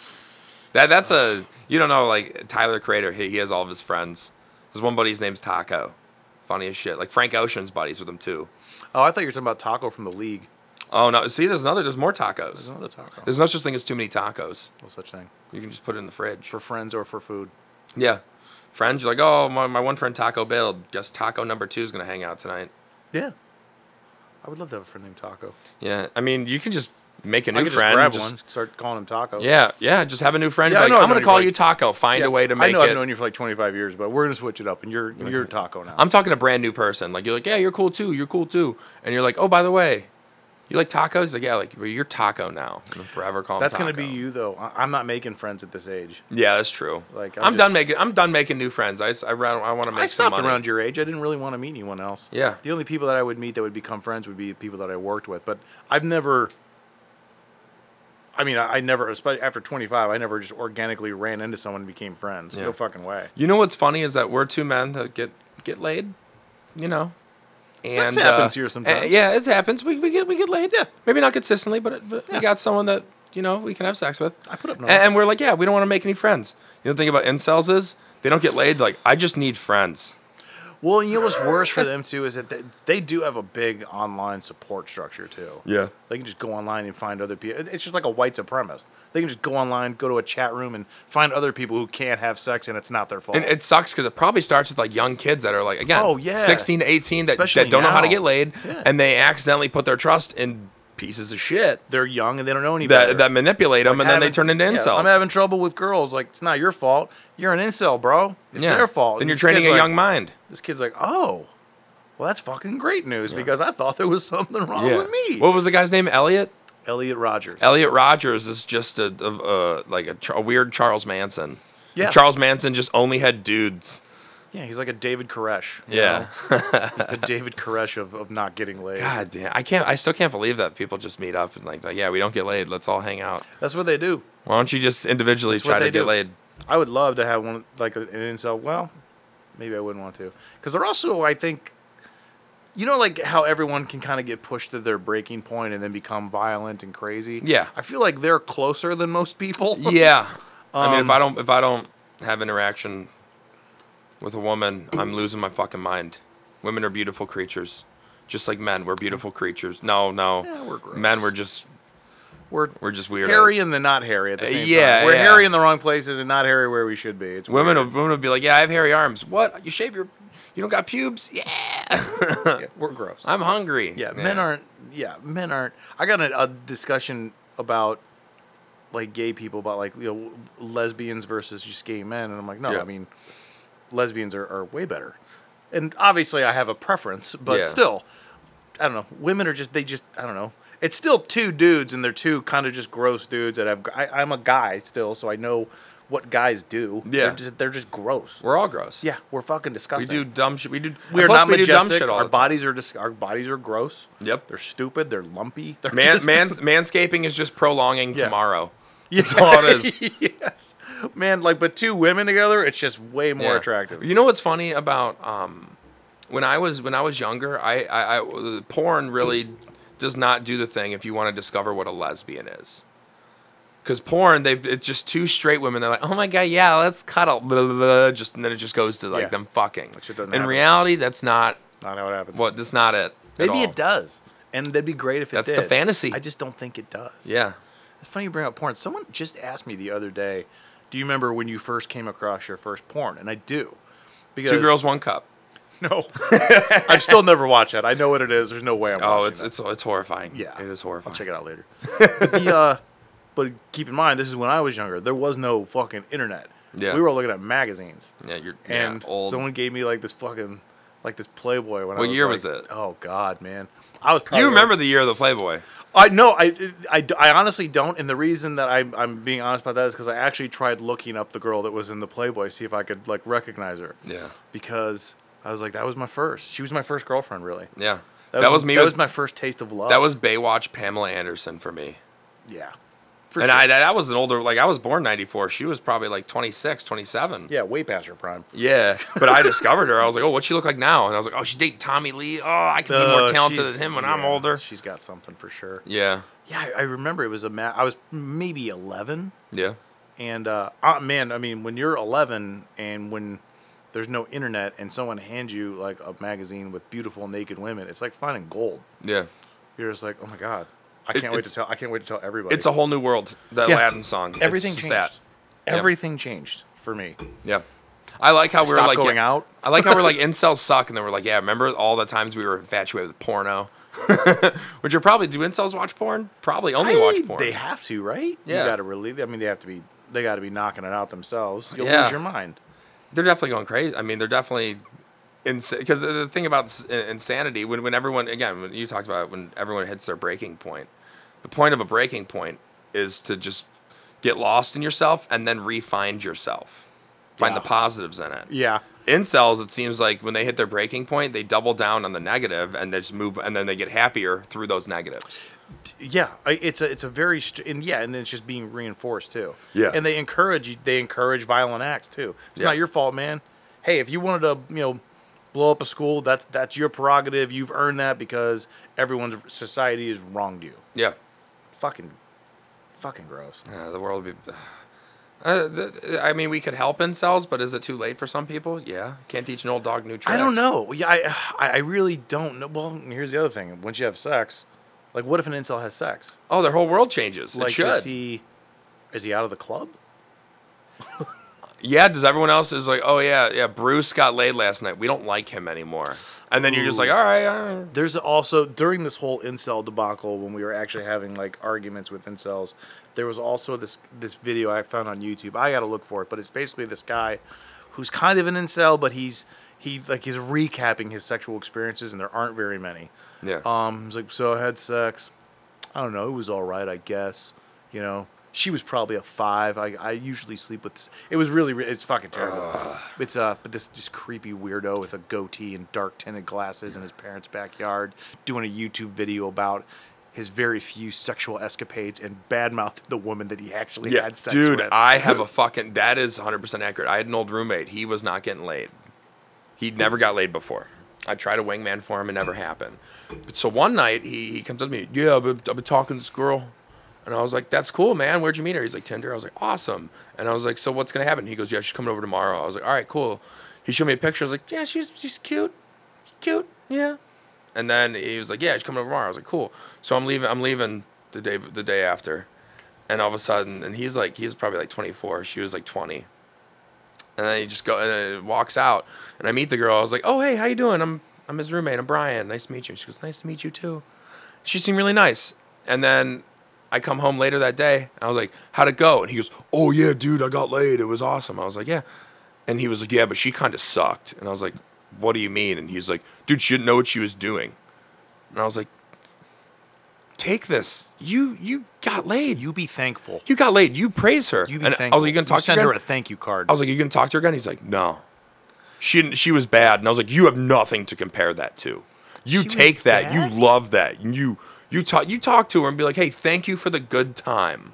That that's a you don't know like Tyler Crater. He, he has all of his friends. There's one buddy's name's Taco. Funny as shit. Like Frank Ocean's buddies with him too. Oh, I thought you were talking about Taco from the League. Oh no! See, there's another. There's more tacos. There's another Taco. There's no such thing as too many tacos. no such thing. You can just put it in the fridge. For friends or for food. yeah, friends. You're like, oh my, my one friend Taco Bill. Guess Taco number two is gonna hang out tonight. Yeah. I would love to have a friend named Taco. Yeah, I mean you can just make a new I could friend. just grab just- one, start calling him Taco. Yeah, yeah. Just have a new friend. Yeah, be I like, know I've I'm gonna known you call for you like- Taco. Find Yeah, a way to make I know it. I've known you for like 25 years, but we're gonna switch it up, and you're you're Taco now. I'm talking a brand new person. Like you're like, yeah, you're cool too. You're cool too. And you're like, oh, by the way, you like tacos? He's Like yeah, like well, you're Taco now. And I'm forever calling. That's gonna be Taco. you though. I, I'm not making friends at this age. Yeah, that's true. Like, Like I'm I'm, done just- making. I'm done making new friends. I s- I, want to make. I stopped some money. around your age. I didn't really want to meet anyone else. Yeah. The only people that I would meet that would become friends would be people that I worked with. But I've never. I mean, I, I never, especially after 25, I never just organically ran into someone and became friends. Yeah. No fucking way. You know what's funny is that we're two men that get get laid, you know. Sex happens here eh, sometimes. yeah, it happens. We, we get we get laid. Yeah, maybe not consistently, but, but Yeah. we got someone that you know we can have sex with. I put up A- numbers. and, we're like, yeah, we don't want to make any friends. You know, the thing about incels is they don't get laid. Like, I just need friends. Well, and you know what's worse for them too is that they, they do have a big online support structure too. Yeah. They can just go online and find other people. It's just like a white supremacist. They can just go online, go to a chat room, and find other people who can't have sex, and it's not their fault. And it sucks because it probably starts with like young kids that are like again, Oh, yeah. sixteen to eighteen that, Especially that don't know how to now. get laid, Yeah. and they accidentally put their trust in pieces of shit They're young and they don't know any better. that that manipulate them, and then they having- turn into yeah, incels. I'm having trouble with girls. Like it's not your fault. You're an incel, bro. It's their fault. Then And you're this training a kid's like- young mind. This kid's like, oh, well, that's fucking great news because I thought there was something wrong with "Oh, me. What was the guy's name? Elliot. Elliot Rogers. Elliot Rogers is just a, a, a like a, Char- a weird Charles Manson. Yeah. Charles Manson just only had dudes. yeah, he's like a David Koresh. you Yeah. know? he's the David Koresh of, of not getting laid. God damn. I can't. I still can't believe that people just meet up and like, like yeah, we don't get laid. Let's all hang out. That's what they do. Why don't you just individually That's what try to they get do. laid? I would love to have one like an incel. Well, maybe I wouldn't want to because they're also, I think, you know, like how everyone can kind of get pushed to their breaking point and then become violent and crazy. Yeah. I feel like they're closer than most people. Yeah. I mean, if Um, I don't if I don't have interaction with a woman, I'm losing my fucking mind. Women are beautiful creatures, just like men. We're beautiful creatures. No, no. Yeah, we're gross. Men, we're just (laughs) we're we're just weirdos. hairy and the not hairy at the Uh, same yeah, time. We're yeah. hairy in the wrong places and not hairy where we should be. It's Women will, weird. women will be like, yeah, I have hairy arms. What? You shave your, you don't got pubes? Yeah. Yeah, we're gross. I'm hungry. Yeah, men aren't. Yeah, men aren't. I got a, a discussion about like gay people about like you know lesbians versus just gay men, and I'm like, no, Yeah. I mean, lesbians are, are way better. And obviously, I have a preference, but Yeah. still, I don't know. Women are just they just I don't know. It's still two dudes, and they're two kind of just gross dudes that have. I, I'm a guy still, so I know what guys do. Yeah. they're just, they're just gross. We're all gross. Yeah, we're fucking We disgusting. do dumb shit. We do. We're plus not we majestic. do dumb shit all our the time. bodies are dis- our bodies are gross. Yep. They're stupid. They're lumpy. (laughs) They're Man, (laughs) just- mans, manscaping is just prolonging Yeah. tomorrow. Yeah. That's all it is. (laughs) yes, man. Like, but two women together, it's just way more Yeah. attractive. You know what's funny about um, when I was when I was younger, I, I, I porn really does not do the thing if you want to discover what a lesbian is. Because porn, they it's just two straight women. They're like, oh my god, yeah, let's cuddle, blah, blah, blah, just and then it just goes to like Yeah. them fucking. shit In doesn't happen. reality, that's not Not how it happens. what that's not it. at Maybe all. it does, and that'd be great if it That's the did. fantasy. I just don't think it does. Yeah. It's funny you bring up porn. Someone just asked me the other day, "Do you remember when you first came across your first porn?" And I do. Because Two girls, one cup. (laughs) No, (laughs) I've still never watched that. I know what it is. There's no way I'm. Oh, watching it's that. it's it's horrifying. Yeah, it is horrifying. I'll check it out later. (laughs) but the uh, but keep in mind, this is when I was younger. There was no fucking internet. Yeah. we were all looking at magazines. Yeah, you're And yeah, old. someone gave me like this fucking like this Playboy when I What was year like- was it? Oh God, man, I was. probably, you like- remember the year of the Playboy? I no, I, I, I honestly don't. And the reason that I'm I'm being honest about that is because I actually tried looking up the girl that was in the Playboy, see if I could like recognize her. Yeah, Because I was like, that was my first. She was my first girlfriend, really. yeah. That, was, me. That with, was my first taste of love. that was Baywatch Pamela Anderson for me. yeah. For and sure. I that was an older like I was born 94. She was probably like 26, 27. yeah, way past her prime. Yeah, but (laughs) I discovered her. I was like, "Oh, what she look like now?" And I was like, "Oh, she's dating Tommy Lee. Oh, I can be more Uh, talented she's- than him when I'm yeah, older." She's got something for sure. Yeah, Yeah, I, I remember it was a ma- I was maybe eleven. yeah, And uh, uh, man, I mean, when you're 11 and when there's no internet and someone hands you like a magazine with beautiful naked women, it's like finding gold. yeah. You're just like, oh my god, I It- can't wait to it's- tell. I can't wait to tell everybody. It's a whole new world. That Yeah. Aladdin song. It's everything just changed. that. Yep. Everything changed for me. Yeah. I like how we're Stop like going yeah- out. I like how we're (laughs) like incels suck, and then we're like, yeah, remember all the times we were infatuated with porno? (laughs) Which are probably do incels watch porn? Probably only watch porn. They have to, right? Yeah. You got to really. I mean, they have to be. They got to be knocking it out themselves. You'll Yeah. lose your mind. they're definitely going crazy. I mean, they're definitely insane. Because the thing about s- in- insanity, when, when everyone, again, when you talked about it, when everyone hits their breaking point, the point of a breaking point is to just get lost in yourself and then re-find yourself, find Yeah. the positives in it. Yeah. Incels, it seems like when they hit their breaking point, they double down on the negative and they just move, and then they get happier through those negatives. yeah I- it's a it's a very st- and yeah and then it's just being reinforced too Yeah. and they encourage you they encourage violent acts too it's Yeah. not your fault man hey if you wanted to you know blow up a school that's that's your prerogative you've earned that because everyone's society has wronged you Yeah. fucking fucking gross Uh, the world would be. Uh, the, I mean, we could help incels, but is it too late for some people? Yeah, can't teach an old dog new tricks. I don't know yeah I, I I really don't know well here's the other thing once you have sex like what if an incel has sex Oh, their whole world changes. like it should. is he is he out of the club yeah. Does everyone else is like, oh yeah, yeah. Bruce got laid last night. We don't like him anymore. And then you're just like, all right, all right. There's also during this whole incel debacle when we were actually having like arguments with incels, there was also this this video I found on YouTube. I gotta look for it, but it's basically this guy who's kind of an incel, but he's he like he's recapping his sexual experiences, and there aren't very many. yeah, Um, he's like, so I had sex. I don't know. It was all right, I guess. You know, she was probably a five. I, I usually sleep with. s- It was really. re- It's fucking terrible. It's uh, but this just creepy weirdo with a goatee and dark tinted glasses in his parents' backyard doing a YouTube video about his very few sexual escapades and badmouthed the woman that he actually yeah. had sex Dude, with. I have a fucking. That is 100 percent accurate. I had an old roommate. He was not getting laid. He never got laid before. I tried a wingman for him. It never happened. But so one night he, he comes up to me. Yeah, I've been, I've been talking to this girl, and I was like, "That's cool, man. Where'd you meet her?" He's like, "Tinder." I was like, "Awesome." And I was like, "So what's gonna happen?" He goes, "Yeah, she's coming over tomorrow." I was like, "All right, cool." He showed me a picture. I was like, "Yeah, she's she's cute, she's cute, yeah." And then he was like, "Yeah, she's coming over tomorrow." I was like, "Cool." So I'm leaving. I'm leaving the day the day after, and all of a sudden, and he's like, he's probably like 24. She was like 20 and then he just go and then it walks out and i meet the girl i was like oh hey how you doing i'm i'm his roommate i'm brian nice to meet you she goes nice to meet you too she seemed really nice and then i come home later that day and i was like how'd it go and he goes oh yeah dude i got laid it was awesome i was like yeah and he was like yeah but she kind of sucked and i was like what do you mean and he's like dude she didn't know what she was doing and i was like take this you you got laid you you be thankful. you got laid you praise her You be and thankful. i was like you gonna talk you to send her her a thank you card. I was like, "You gonna talk to her again?" He's like, "No, she didn't, she was bad." And I was like, "You have nothing to compare that to. You She was take that. bad? You love that. and You you talk you talk to her and be like, "Hey, thank you for the good time,"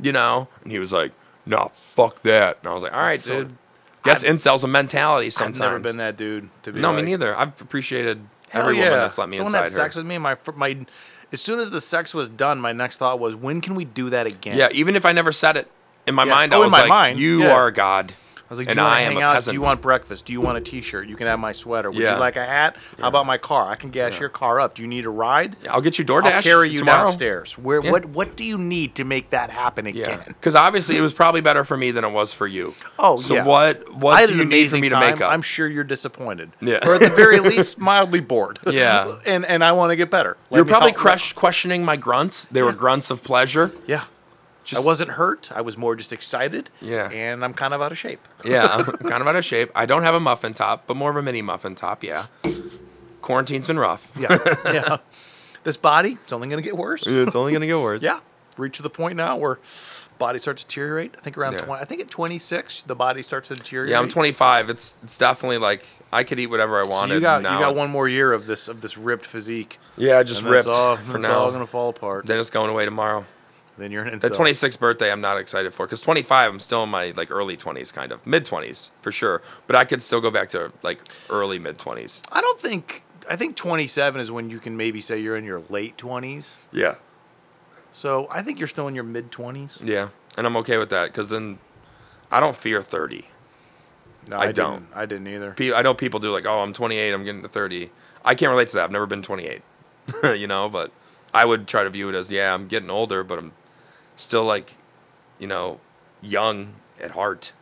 you know. And he was like, "No, fuck that." And I was like, "All right, That's so- dude. Guess incels a mentality sometimes." I've never been that dude. To be No, like, me neither. I've appreciated Hell every yeah. woman that's let me Someone inside had sex her. with me. My fir- my, as soon as the sex was done, my next thought was, when can we do that again? yeah, even if I never said it in my Yeah. mind, Oh, I in was my like, mind, "You yeah. are God." I was like, do And you want I to am hang a out? Do peasant. you want breakfast? Do you want a T-shirt? You can have my sweater. Would Yeah. you like a hat? How about my car? I can gas your car up. Do you need a ride? I'll get you DoorDash. I'll carry you tomorrow. downstairs. Where? Yeah. What? What do you need to make that happen Yeah, again? because obviously it was probably better for me than it was for you. Oh, so yeah. what? What I had do an you need for amazing me time. to make up? I'm sure you're disappointed. Yeah. Or at the (laughs) very least, mildly bored. Yeah. (laughs) and and I want to get better. Let You're me probably help- crush, questioning my grunts. They were grunts (laughs) of pleasure. Yeah. I wasn't hurt. I was more just excited. Yeah. And I'm kind of out of shape. Yeah, I'm kind of out of shape. I don't have a muffin top, but more of a mini muffin top. Yeah, quarantine's been rough. Yeah. (laughs) yeah. This body, it's only going to get worse. It's only gonna get (laughs) worse. Yeah. Reach to the point now where body starts to deteriorate. I think around Yeah. 20, I think at 26, the body starts to deteriorate. yeah. I'm 25. It's it's definitely like I could eat whatever I So wanted. you got now you got it's- one more year of this of this ripped physique. Yeah, just and that's ripped all, for it's now. all gonna fall apart. Then it's going away tomorrow. Then you're an The incel. 26th birthday, I'm not excited for because 25, I'm still in my like early 20s, kind of mid 20s for sure. But I could still go back to like early mid 20s. I don't think I think 27 is when you can maybe say you're in your late 20s. Yeah, So I think you're still in your mid 20s. yeah, and I'm okay with that because then I don't fear 30. No, I don't. didn't. I didn't either. Pe- I know people do like, oh, I'm 28, I'm getting to 30. I can't relate to that. I've never been 28, (laughs) you know. But I would try to view it as, yeah, I'm getting older, but I'm still like, you know, young at heart.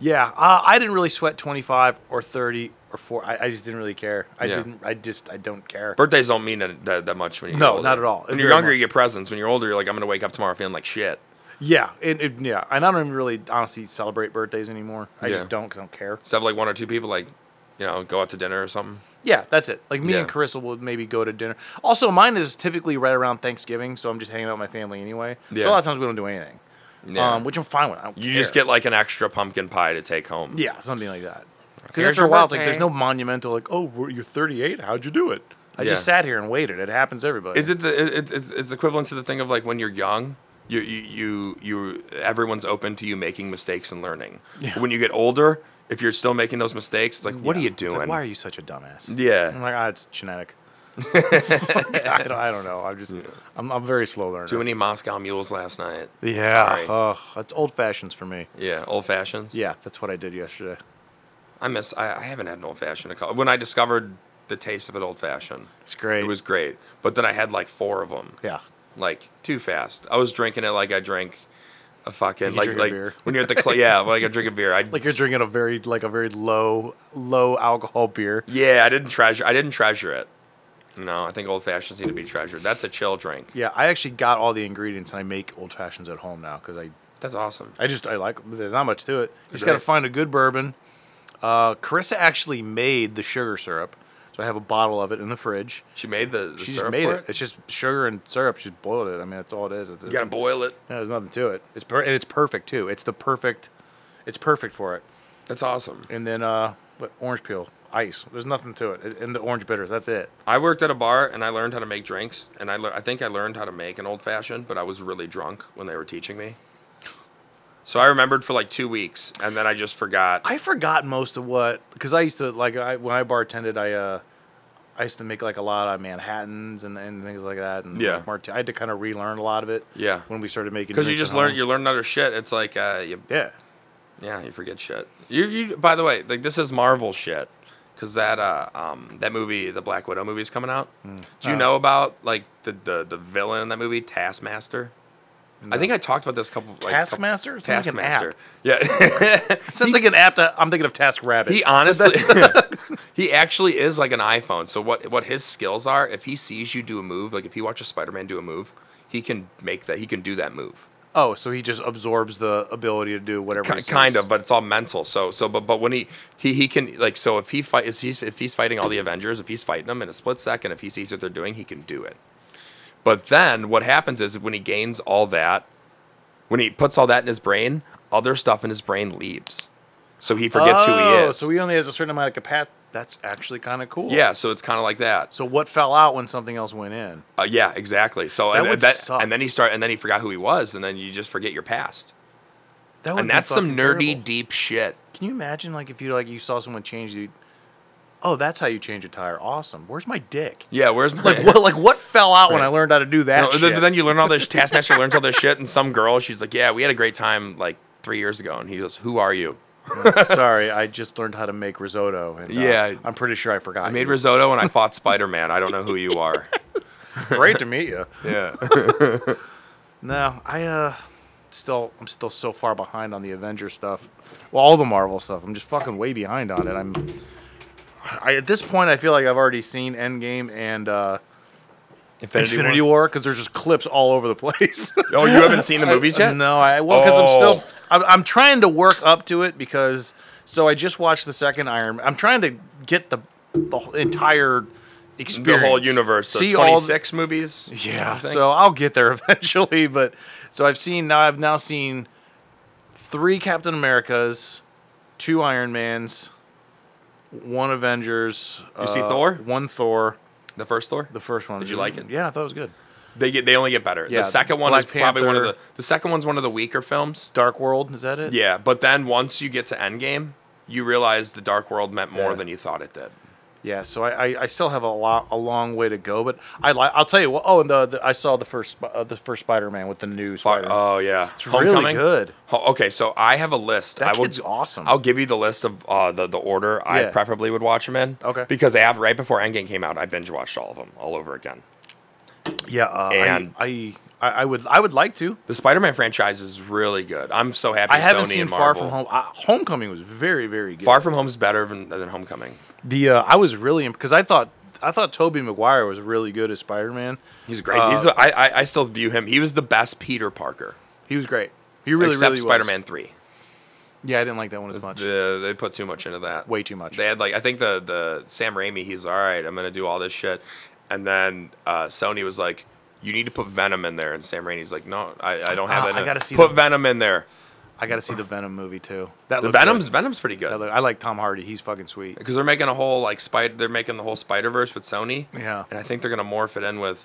Yeah, uh, I didn't really sweat 25 or 30 or 4. I, I just didn't really care. I Yeah. didn't. I just. I don't care. Birthdays don't mean that, that, that much when you're No, older. not at all. When you're Very younger, much. you get presents. When you're older, you're like, I'm gonna wake up tomorrow feeling like shit. Yeah, and and- yeah, and I don't even really honestly celebrate birthdays anymore. I Yeah. just don't 'cause I don't care. So have like one or two people like, you know, go out to dinner or something. Yeah, that's it. Like me Yeah. and Carissa will maybe go to dinner. Also, mine is typically right around Thanksgiving, so I'm just hanging out with my family anyway. Yeah. So a lot of times we don't do anything, Yeah. um, which I'm fine with. I don't you just care. get like an extra pumpkin pie to take home. yeah, something like that. Because Here's after your a while, it's like birthday. there's no monumental like, oh, we're- you're 38. How'd you do it? I just Yeah. sat here and waited. It happens to everybody. Is it the it, it- it's, it's equivalent to the thing of like when you're young, you you you, you everyone's open to you making mistakes and learning. Yeah. When you get older, if you're still making those mistakes, it's like, what are Yeah. you It's like, doing? why are you such a dumbass? Yeah. I'm like, ah, it's (laughs) genetic. I, don't, I don't know. I'm just, I'm, I'm a very slow learner. Too many Moscow mules last night. yeah. Sorry. Oh, that's old fashions for me. yeah, old fashions. Yeah, that's what I did yesterday. I miss. I, I haven't had an old fashioned. in a cou- When I discovered the taste of an old fashioned, It's great. it was great. But then I had like four of them. Yeah. like too fast. I was drinking it like I drank a fucking you like drink a like beer. when you're at the cl- yeah like I drink a beer. (laughs) I Like you're drinking a very like a very low low alcohol beer. yeah. I didn't treasure. I didn't treasure it. No, I think old fashions need to be treasured. That's a chill drink. Yeah, I actually got all the ingredients and I make old fashions at home now because I That's awesome. I just I like there's not much to it. You just got to Right. find a good bourbon. Uh, Carissa actually made the sugar syrup, so I have a bottle of it in the fridge. She made the. the She just syrup made for it. It's just sugar and syrup. She's boiled it. I mean, that's all it is. It's, You gotta boil it. yeah, there's nothing to it. It's per- and it's perfect too. It's the perfect. It's perfect for it. That's awesome. And then uh, what orange peel, ice. There's nothing to it. And the orange bitters. That's it. I worked at a bar and I learned how to make drinks and I lear I think I learned how to make an old fashioned, but I was really drunk when they were teaching me. So I remembered for like two weeks and then I just forgot. I forgot most of what because I used to like I when I bartended I uh I used to make like a lot of Manhattans and, and things like that and Yeah. Mart- I had to kind of relearn a lot of it Yeah. when we started making Because you drinks at just learn, home. you learn other shit. It's like uh, you yeah Yeah, you forget shit. You, you by the way, like this is Marvel shit, because that uh, um, that movie, the Black Widow movie, is coming out. Do you Uh. know about like the, the the villain in that movie, Taskmaster? I think I talked about this couple. Like, couple- Taskmaster sounds like an app. Taskmaster. Yeah. (laughs) sounds like an app that I'm thinking of Task Rabbit He honestly, (laughs) (laughs) he actually is like an iPhone. So what what his skills are? If he sees you do a move, like if he watches Spider Man do a move, he can make that. He can do that move. oh so he just absorbs the ability to do whatever he Ki- kind sees. of, but it's all mental. So so but but when he he he can like so if he fight is he's if he's fighting all the Avengers, if he's fighting them in a split second, if he sees what they're doing, he can do it. But then what happens is when he gains all that, when he puts all that in his brain, other stuff in his brain leaves. So he forgets who he Oh, is. so he only has a certain amount of capacity that's actually kind of cool yeah, so it's kind of like that. so what fell out when something else went in Uh, yeah, exactly. So That and, would and that, suck. and then he start and then he forgot who he was, and then you just forget your past. that would And be that's some fucking nerdy, terrible. deep shit. Can you imagine like if you like you saw someone change the Oh, that's how you change a tire. Awesome. Where's my dick? Yeah, where's (laughs) my (laughs) Like what like what fell out when Right. I learned how to do that? No, th- shit? then you learn all this. Taskmaster learns all this shit, and some girl, she's like, "Yeah, we had a great time like three years ago," and he goes, "Who are you?" (laughs) Sorry, I just learned how to make risotto. And, uh, Yeah. I'm pretty sure I forgot. I made you. risotto and I fought Spider Man. I don't know who (laughs) you are. Great to meet you. (laughs) Yeah. No, I uh, still I'm still so far behind on the Avenger stuff. Well, all the Marvel stuff. I'm just fucking way behind on it. I'm. I, at this point, I feel like I've already seen Endgame and uh, Infinity, War because there's just clips all over the (laughs) place. Oh, you haven't seen the movies yet? No, I well because Oh. I'm still I'm, I'm trying to work up to it because so I just watched the second Iron. I'm trying to get the the whole entire The experience, whole universe. So see all the- 26 movies? yeah, I think. so I'll get there (laughs) eventually. But so I've seen now. I've now seen three Captain Americas, two Iron Mans, one Avengers. uh, You see Thor? One Thor. The first Thor? The first one. Did you like it? Yeah, I thought it was good. They get they only get better. Yeah, the second one Black is probably one of the Panther. the second one's one of the weaker films. Dark World is that it? Yeah, but then once you get to Endgame, you realize the Dark World meant more Yeah. than you thought it did. Yeah. So I, I, I still have a lot a long way to go, but I li- I'll tell you what. Oh, and the, the I saw the first Sp- uh, the first Spider Man with the new But, Spider. oh yeah, it's really good. okay, so I have a list. That I will, kid's awesome. I'll give you the list of uh, the the order I Yeah. preferably would watch them in. Okay. Because I have right before Endgame came out, I binge watched all of them all over again. yeah. Uh, and- I, I I would I would like to. The Spider-Man franchise is really good. I'm so happy. I haven't Sony seen and Far Marvel. From Home. Uh, Homecoming was very, very good. Far From Home is better than, than Homecoming. the uh, I was really because I thought I thought Toby Maguire was really good as Spider Man. He's great. Uh, He's a, I, I I still view him. He was the best Peter Parker. He was great. He really, except really was. Spider-Man Three. Yeah, I didn't like that one as much. The- they put too much into that. Way too much. They had like I think the the Sam Raimi. He's all right. I'm gonna do all this shit, and then uh, Sony was like, "You need to put Venom in there." And Sam Raimi's like, "No, I, I don't have Ah, that. I in- gotta see put the- Venom in there. I got to see the Venom movie too. That The looked Venom's good. Venom's pretty That good look- I like Tom Hardy. He's fucking sweet. Oh, because they're making a whole like spider. They're making the whole Spider Verse with Sony. Yeah. and I think they're gonna morph it in with.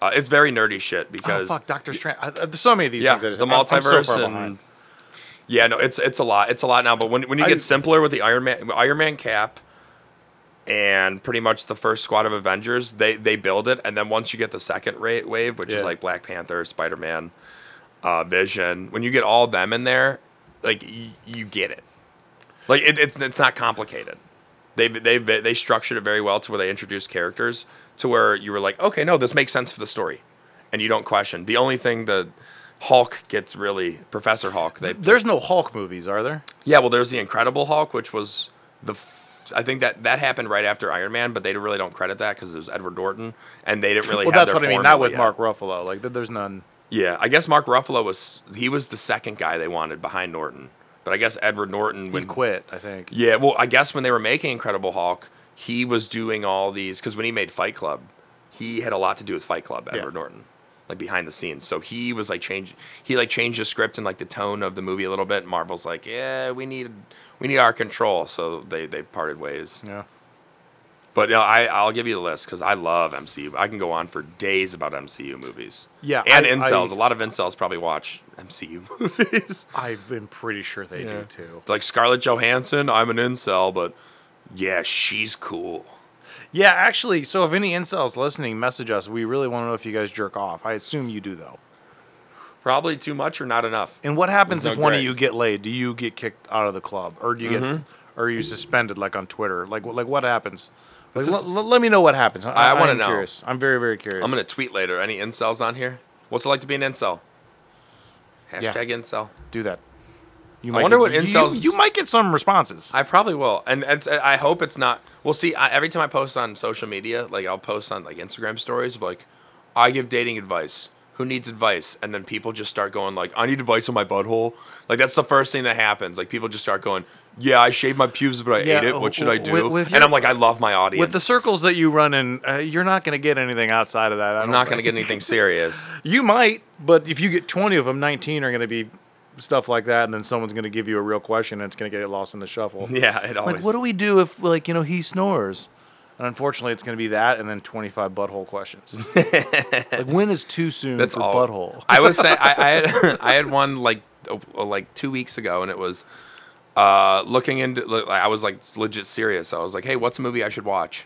Uh, it's very nerdy shit Oh because fuck, Doctor Strange. I, I- there's so many of these yeah, things. I just- the I'm- I'm so multiverse far and behind. yeah, no, it's it's a lot. It's a lot now. But when when you I- get simpler with the Iron Man, Iron Man cap, and pretty much the first squad of Avengers, they they build it, and then once you get the second ra- wave, which Yeah. is like Black Panther, Spider Man, uh, Vision, when you get all them in there, like y- you get it. Like it, it's it's not complicated. They they they structured it very well to where they introduced characters to where you were like, okay, no, this makes sense for the story, and you don't question. The only thing the Hulk gets really Professor Hulk. They There's no Hulk movies, are there? yeah, well, there's the Incredible Hulk, which was the. F- I think that that happened right after Iron Man, but they really don't credit that because it was Edward Norton, and they didn't really. Well, have that's their what I mean. formula Not with yet. Mark Ruffalo. Like, th- there's none. Yeah, I guess Mark Ruffalo was he was the second guy they wanted behind Norton, but I guess Edward Norton He when quit. I think. yeah, well, I guess when they were making Incredible Hulk, he was doing all these because when he made Fight Club, he had a lot to do with Fight Club, Edward Yeah. Norton, like behind the scenes. So he was like change, he like changed the script and like the tone of the movie a little bit. And Marvel's like, yeah, we need we need our control, so they they parted ways. Yeah. But uh, I I'll give you the list because I love MCU. I can go on for days about MCU movies. Yeah, and I- incels. I- A lot of incels probably watch MCU (laughs) movies. I've been pretty sure they Yeah. do too. It's like Scarlett Johansson, I'm an incel, but yeah, she's cool. Yeah, actually, so if any incels listening, message us. We really want to know if you guys jerk off. I assume you do though. Probably too much or not enough. And what happens There's if no one of grays. you get laid? Do you get kicked out of the club, or do you get, Mm-hmm. or are you suspended like on Twitter? Like, wh- like what happens? Like, This l- is- l- let me know what happens. I, I wanna am know. Curious. I'm very, very curious. I'm gonna tweet later. Any incels on here? What's it like to be an incel? Yeah. Hashtag incel. do that. You wonder get, what you- incels- You, might get some responses. I probably will, and it's, I hope it's not. Well, see, I, every time I post on social media, like I'll post on like Instagram stories, like I give dating advice. Who needs advice? And then people just start going like, I need advice on my butthole. Like that's the first thing that happens. Like people just start going, Yeah, I shaved my pubes, but I Yeah, ate it. What should I do? with- with and your- I'm like, I love my audience. With the circles that you run in, uh, you're not going to get anything outside of that. I I'm not going to get anything serious. (laughs) You might, but if you get 20 of them, 19 are going to be stuff like that, and then someone's going to give you a real question, and it's going to get lost in the (laughs) shuffle. Yeah, it always. Like, what do we do if, like, you know, he snores? And unfortunately, it's going to be that and then 25 butthole (laughs) questions. like, when is too soon That's for all. butthole? (laughs) I was saying I, I had (laughs) I had one like uh, like two weeks ago, and it was uh, looking into. Like, I was like legit serious. I was like, hey, what's a movie I should watch?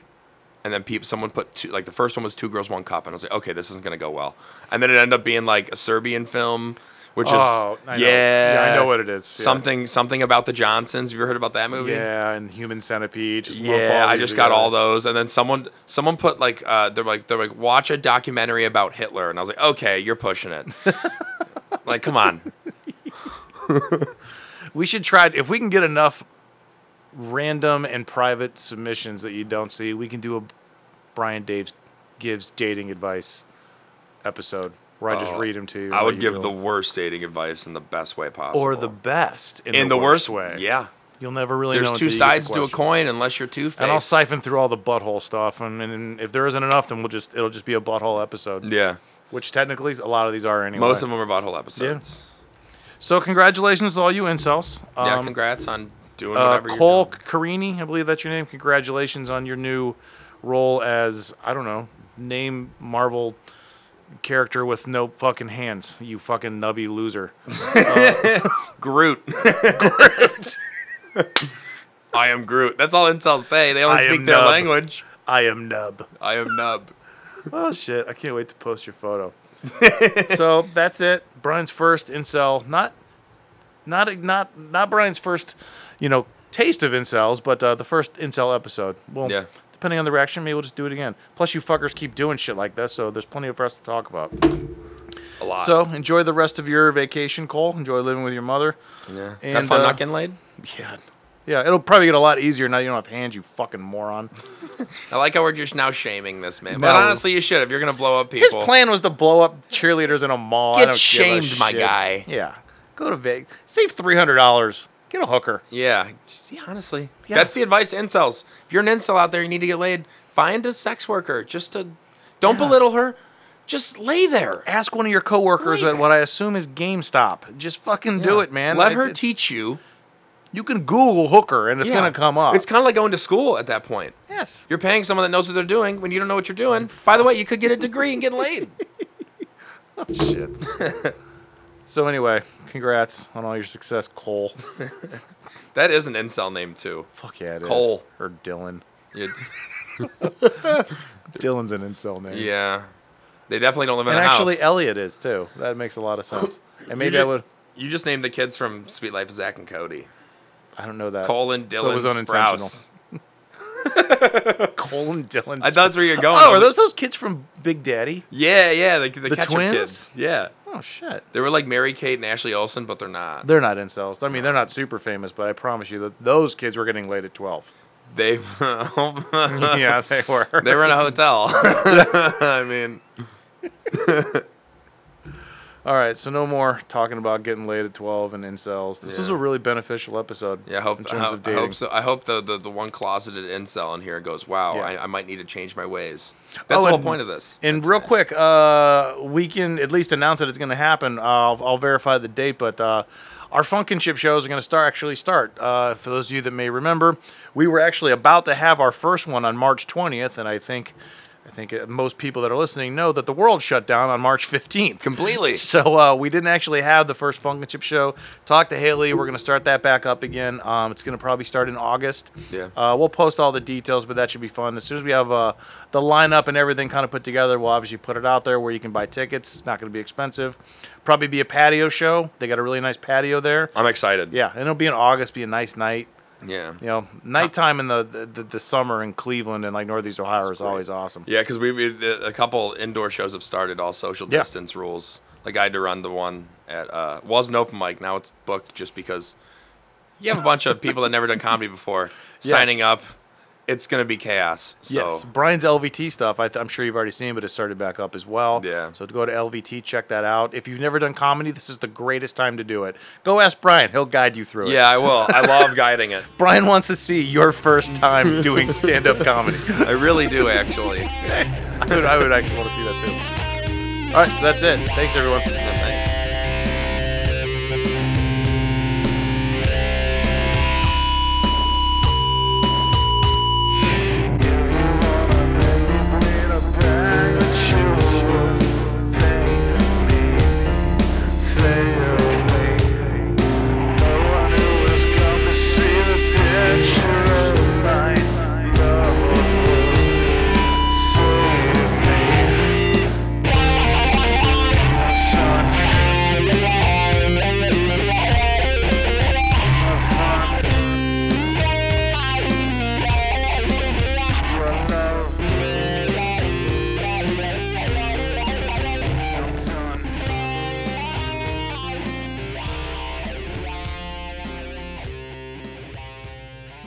And then people, someone put two, like the first one was Two Girls One Cup, and I was like, okay, this isn't gonna go well. And then it ended up being like a Serbian film which Oh, is I know. yeah, Yeah, I know what it is. Yeah. Something something about the Johnsons. Have you ever heard about that movie? Yeah, and Human Centipede. Just lump Yeah, all I these just got together. all those, and then someone someone put like uh, they're like they're like watch a documentary about Hitler, and I was like, okay, you're (laughs) pushing it. like, come on, We should try if we can get enough random and private submissions that you don't see, we can do a Brian Dave's gives dating advice episode where I just Oh, read them to you. and I let would you give do the 'em. worst dating advice in the best way possible, or the best in, in the, worst, way. Yeah, you'll never really know. there's until two you get the sides to a question. coin unless you're two faced. And I'll siphon through all the butthole stuff, and, and if there isn't enough, then we'll just it'll just be a butthole episode. Yeah, Which technically a lot of these are anyway. most of them are about whole episodes. So congratulations to all you incels. Yeah, Um, congrats on doing uh, whatever. Cole you're Carini, I believe that's your name. Congratulations on your new role as I don't know name Marvel character with no fucking hands. You fucking nubby (laughs) loser. doing. Groot. (laughs) (laughs) I am Groot. That's all incels say. They only I speak am their Nub. language. I am nub. I am Nub. Oh shit! I can't wait to post your photo. so that's it. Brian's first incel, not, not, not, not Brian's first, you know, taste of incels, but uh, the first incel episode. Well, Yeah. depending on the reaction, maybe we'll just do it again. Plus, you fuckers keep doing shit like this, so there's plenty of for us to talk about. A lot. So enjoy the rest of your vacation, Cole. Enjoy living with your mother. Yeah. And, Have fun uh, not getting laid. Yeah, yeah. It'll probably get a lot easier now. You don't have hands, you fucking moron. I like how we're just now shaming this man. No. But honestly, you should. If you're gonna blow up His people, plan was to blow up cheerleaders in a mall. I Get don't give a shamed, my shit. guy. Yeah. Go to Vegas. Save three hundred dollars. Get a hooker. yeah, just- yeah. Honestly, Yeah. that's the advice. to Incels. If you're an incel out there, you need to get laid. Find a sex worker. Just to don't belittle her. Just lay there. Ask one of your coworkers Leave at it. what I assume is GameStop. Just fucking do Yeah. it, man. Let It- her it's- teach you. You can Google hooker, and it's Yeah. gonna come up. It's kind of like going to school at that point. yes. You're paying someone that knows what they're doing when you don't know what you're doing. By the way, you could get a degree and (laughs) get laid. Oh, Shit. (laughs) so anyway, congrats on all your success, Cole. (laughs) that is an incel name too. Fuck yeah, it is. Cole. or Dylan. You- Dylan's an incel name. yeah, they definitely don't live in And a actually, house. Elliot is too. That makes a lot of (laughs) sense. And maybe you I just, would. You just named the kids from Sweet Life Zach and Cody. I don't know that. Colin, Dylan, So it was unintentional. Sprouse. Colin Dylan. I thought Uh, that's (laughs) where you're going. Oh, are those those kids from Big Daddy? Yeah, yeah, the, the, The ketchup twins? kids. Yeah, Oh shit. they were like Mary Kate and Ashley Olsen, but they're not. They're not incels. I mean, they're not super famous, but I promise you that those kids were getting laid at (laughs) twelve. They (laughs) yeah, they were. they were in a hotel. (laughs) I mean, All right, so no more talking about getting laid at twelve and incels. This was Yeah. a really beneficial episode. yeah. I hope in terms I, ho- of I dating. hope so. I hope the, the, the one closeted incel in here goes, "Wow, Yeah. I, I might need to change my ways." That's Oh, the whole and- point of this. And That's real it. quick, uh, we can at least announce that it's going to happen. Uh, I'll, I'll verify the date, but uh, our Funkin' Chip shows are going to start actually start. Uh, for those of you that may remember, we were actually about to have our first one on March 20th, and I think I think uh, most people that are listening know that the world shut down on March 15th. (laughs) completely. So uh, we didn't actually have the first Funk and Chip show. Talk to Haley. We're going to start that back up again. Um, it's going to probably start in August. Yeah. Uh, we'll post all the details, but that should be fun. As soon as we have uh, the lineup and everything kind of put together, we'll obviously put it out there where you can buy tickets. It's not going to be expensive. Probably be a patio show. They got a really nice patio there. I'm excited. Yeah, and it'll be in August. Be a nice night. yeah, You know, nighttime in the the, the, the summer in Cleveland and like Northeast Ohio is always awesome. Yeah, because we we- the- a couple indoor shows have started all social Yeah. distance rules. Like I had to run the one at uh, was an open mic. Now it's booked just because you have a bunch of people that never done comedy before (laughs) Yes. signing up. It's gonna be chaos. So Yes, Brian's LVT stuff. I th- I'm sure you've already seen, but it started back up as well. Yeah. So to go to LVT, check that out. If you've never done comedy, this is the greatest time to do it. Go ask Brian; he'll guide you through it. yeah, I will. I love guiding it. Brian wants to see your first time doing stand-up comedy. (laughs) I really do actually. I would, I would actually want to see that too. All right, so that's it. Thanks, everyone. All